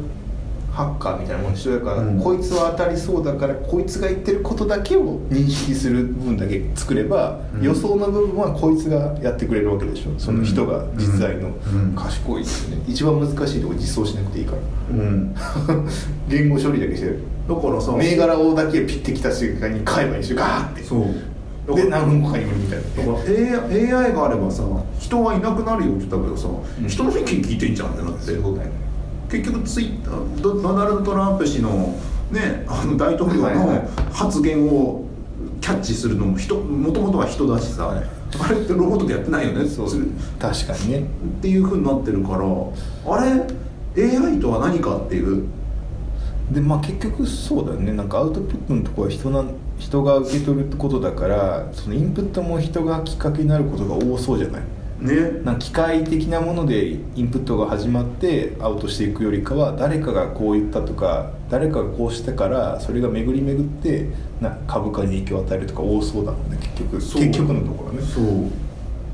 Speaker 2: ハッカーみたいなもん一緒だから、
Speaker 1: うん
Speaker 2: こいつは当たりそうだからこいつが言ってることだけを認識する部分だけ作れば、
Speaker 1: うん
Speaker 2: 予想の部分はこいつがやってくれるわけでしょその人が実在の、
Speaker 1: うんうん
Speaker 2: 賢いですよね一番難しいとこ実装しなくていいから
Speaker 1: うん、だ
Speaker 2: 言語処理だけしてる
Speaker 1: からさ
Speaker 2: 銘柄をだけピッてきた瞬間に買えばいいしガーって
Speaker 1: そうだ
Speaker 2: で
Speaker 1: から
Speaker 2: 何分後かに売るみたい
Speaker 1: だか
Speaker 2: な
Speaker 1: ら AI, AI があればさ人はいなくなるよって言ったけどさ、
Speaker 2: ん
Speaker 1: 人の意見聞いてんじゃんってなって結局ツイッタードドナルド・トランプ氏の,、ね、あの大統領
Speaker 2: はいはい
Speaker 1: の発言をキャッチするのも人もともとは人だしさ、あれってロボットでやってないよね
Speaker 2: そ
Speaker 1: する
Speaker 2: う確かにね
Speaker 1: っていうふうになってるからあれ AI とは何かっていう
Speaker 2: でまあ結局そうだよねなんかアウトプットのところは人なん人が受け取ることだからそのインプットも人がきっかけになることが多そうじゃない
Speaker 1: ね
Speaker 2: なんか機械的なものでインプットが始まってアウトしていくよりかは誰かがこう言ったとか誰かがこうしたからそれが巡り巡ってな株価に影響を与えるとか多そうだもんね結局
Speaker 1: そう
Speaker 2: 結局のところはね
Speaker 1: そう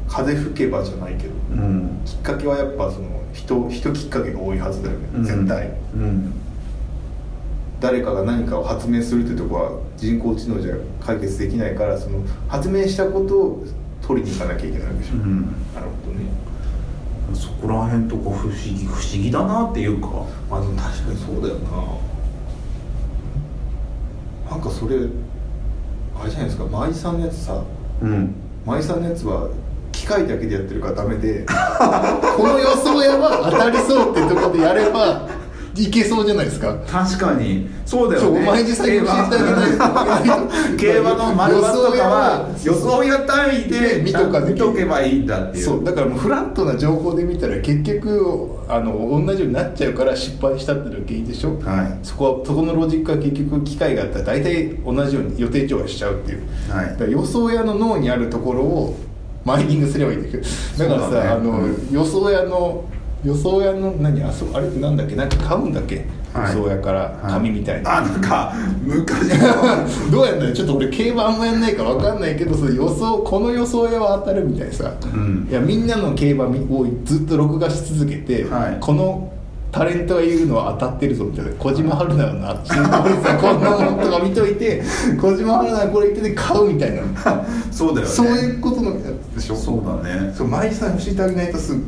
Speaker 2: 風吹けばじゃないけど
Speaker 1: うん
Speaker 2: きっかけはやっぱその人人きっかけが多いはずだよね、
Speaker 1: うん
Speaker 2: 絶対
Speaker 1: うん
Speaker 2: 誰かが何かを発明するってとこは人工知能じゃ解決できないからその発明したことを取りに行かなきゃいけないわけでしょ、
Speaker 1: うん
Speaker 2: なるほどね
Speaker 1: そこら辺とか不思議不思議だなっていうか
Speaker 2: まあでも確かにそうだよななんかそれあれじゃないですかマイさんのやつさ
Speaker 1: うん
Speaker 2: マイさんのやつは機械だけでやってるからダメ でこの予想やは当たりそうってとこでやればいけそうじゃないですか
Speaker 1: 確かにそうだ
Speaker 2: そう
Speaker 1: よ
Speaker 2: お
Speaker 1: ね
Speaker 2: 前に最後教えてあげないと
Speaker 1: 競馬の丸バとかは
Speaker 2: 予
Speaker 1: 予
Speaker 2: 想
Speaker 1: 想や単位で
Speaker 2: 見とかできる
Speaker 1: 見とけばいいんだっていう
Speaker 2: そうだからもうフラットな情報で見たら結局あの同じようになっちゃうから失敗したっていうのが原因でしょ、
Speaker 1: は
Speaker 2: そこはそこのロジックは結局機械があったら大体同じように予定調和しちゃうっていう、
Speaker 1: はい
Speaker 2: だから予想屋の脳にあるところをマイニングすればいいんだけどだからさ
Speaker 1: そうだね
Speaker 2: あの、
Speaker 1: うん
Speaker 2: 予想屋の予想屋の何あそうあれってなんだっけなんか買うんだっけ、
Speaker 1: はい
Speaker 2: 予想屋から紙みたいな、
Speaker 1: あなんか昔の
Speaker 2: どうやんだよちょっと俺競馬あんまやんないから分かんないけどその予想この予想屋は当たるみたいなさ、
Speaker 1: ん
Speaker 2: いやみんなの競馬をずっと録画し続けて、
Speaker 1: はい
Speaker 2: このタレントが言うのは当たってるぞみたいな小島春菜のあっちのさこんなものとか見といて小島春菜これ言ってて買うみたい な、
Speaker 1: そうだよね
Speaker 2: そういうことのやつでしょ
Speaker 1: そうだね
Speaker 2: そう毎日さん教えてあげないとすぐ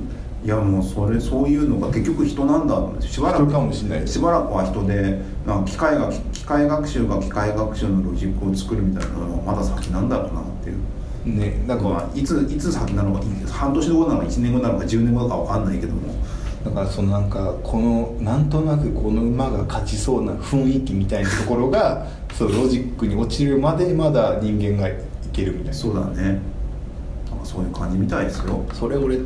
Speaker 1: いやもうそれそういうのが結局人なんだしばら
Speaker 2: 人
Speaker 1: く
Speaker 2: かもしれない
Speaker 1: しばらくは人でなんか機械が機械学習が機械学習のロジックを作るみたいなのがまだ先なんだろうなっていう
Speaker 2: ねな
Speaker 1: なん
Speaker 2: ん
Speaker 1: か
Speaker 2: か、
Speaker 1: まあいついつ先なのかい半年後なのか1年後なのか10年後なのか分かんないけども
Speaker 2: だからそのなんかこのなんとなくこの馬が勝ちそうな雰囲気みたいなところが そのロジックに落ちるまでまだ人間がいけるみたいなそ
Speaker 1: そうだねなんかそういう感じみたいですよ
Speaker 2: れ俺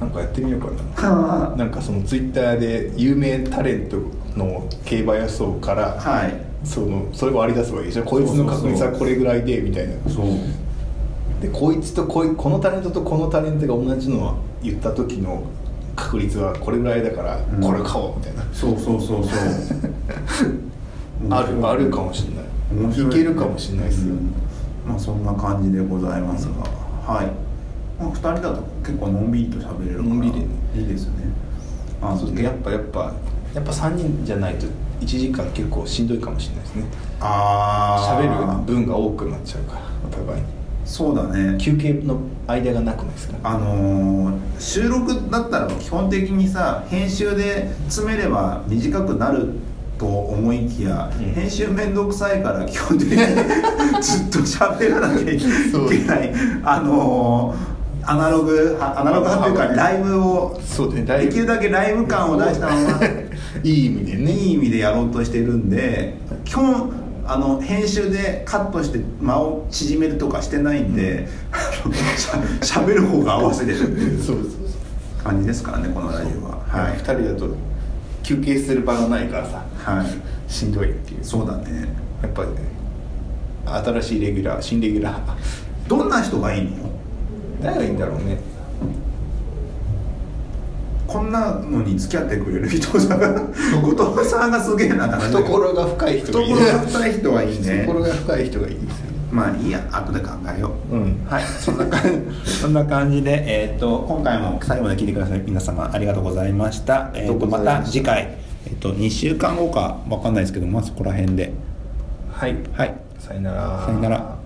Speaker 2: なんかやってみようかな
Speaker 1: は
Speaker 2: なんかそのツイッターで有名タレントの競馬予想から
Speaker 1: い
Speaker 2: そのそれを割り出すわけでしょこいつの確率はこれぐらいでみたいな
Speaker 1: そう
Speaker 2: でこいつとこいこのタレントとこのタレントが同じのを言った時の確率はこれぐらいだから
Speaker 1: うん
Speaker 2: これ買おうみたいな、
Speaker 1: そうそう そうそう
Speaker 2: あるあるかもしれない
Speaker 1: 面白
Speaker 2: いけるかもしれないですよ、
Speaker 1: うんまあそんな感じでございますが、はい、まあ、2人だと結構のんびりと喋れるから
Speaker 2: のんびり
Speaker 1: いいですよねあ
Speaker 2: そうやっぱやっぱやっぱ3人じゃないと1時間結構しんどいかもしれないですね
Speaker 1: あー
Speaker 2: 喋る分が多くなっちゃうからお互いに
Speaker 1: そうだね
Speaker 2: 休憩の間がなくないですか
Speaker 1: あのー収録だったら基本的にさ編集で詰めれば短くなると思いきや、
Speaker 2: うん
Speaker 1: 編集面倒くさいから基 本的にずっと喋らなきゃいけない、あのーアナログはアナログ派というかライブを
Speaker 2: そうですねだい
Speaker 1: で
Speaker 2: ぶ
Speaker 1: きるだけライブ感を出したまま
Speaker 2: いい意味でね
Speaker 1: いい意味でやろうとしてるんで基本あの編集でカットして間を縮めるとかしてないんで、 あのしゃしゃべる方が合わせてる
Speaker 2: そうそうそう
Speaker 1: 感じですからねこのラジオはは
Speaker 2: はい、2
Speaker 1: い、
Speaker 2: 人だと休憩する場がないからさ
Speaker 1: はい、
Speaker 2: しんどいっていう
Speaker 1: そうだね
Speaker 2: やっぱり、ね、新しいレギュラー新レギュラー
Speaker 1: どんな人がいいの
Speaker 2: 誰がいいんだろうね
Speaker 1: こんなのに付き合ってくれる人じゃ後藤さんがすげえな
Speaker 2: 懐が深い人がいい
Speaker 1: 懐が深い人はいいね
Speaker 2: 懐が深い人がいいですよね
Speaker 1: まあいいや後で考えよう
Speaker 2: うん
Speaker 3: はい、そんな感じそんな感じで、えー、と今回も最後まで聞いてください皆様ありがとうございました、えー、とまた次回、えー、と2週間後かわかんないですけどまあそこら辺で
Speaker 2: はい
Speaker 3: はい
Speaker 2: さよなら
Speaker 3: さよなら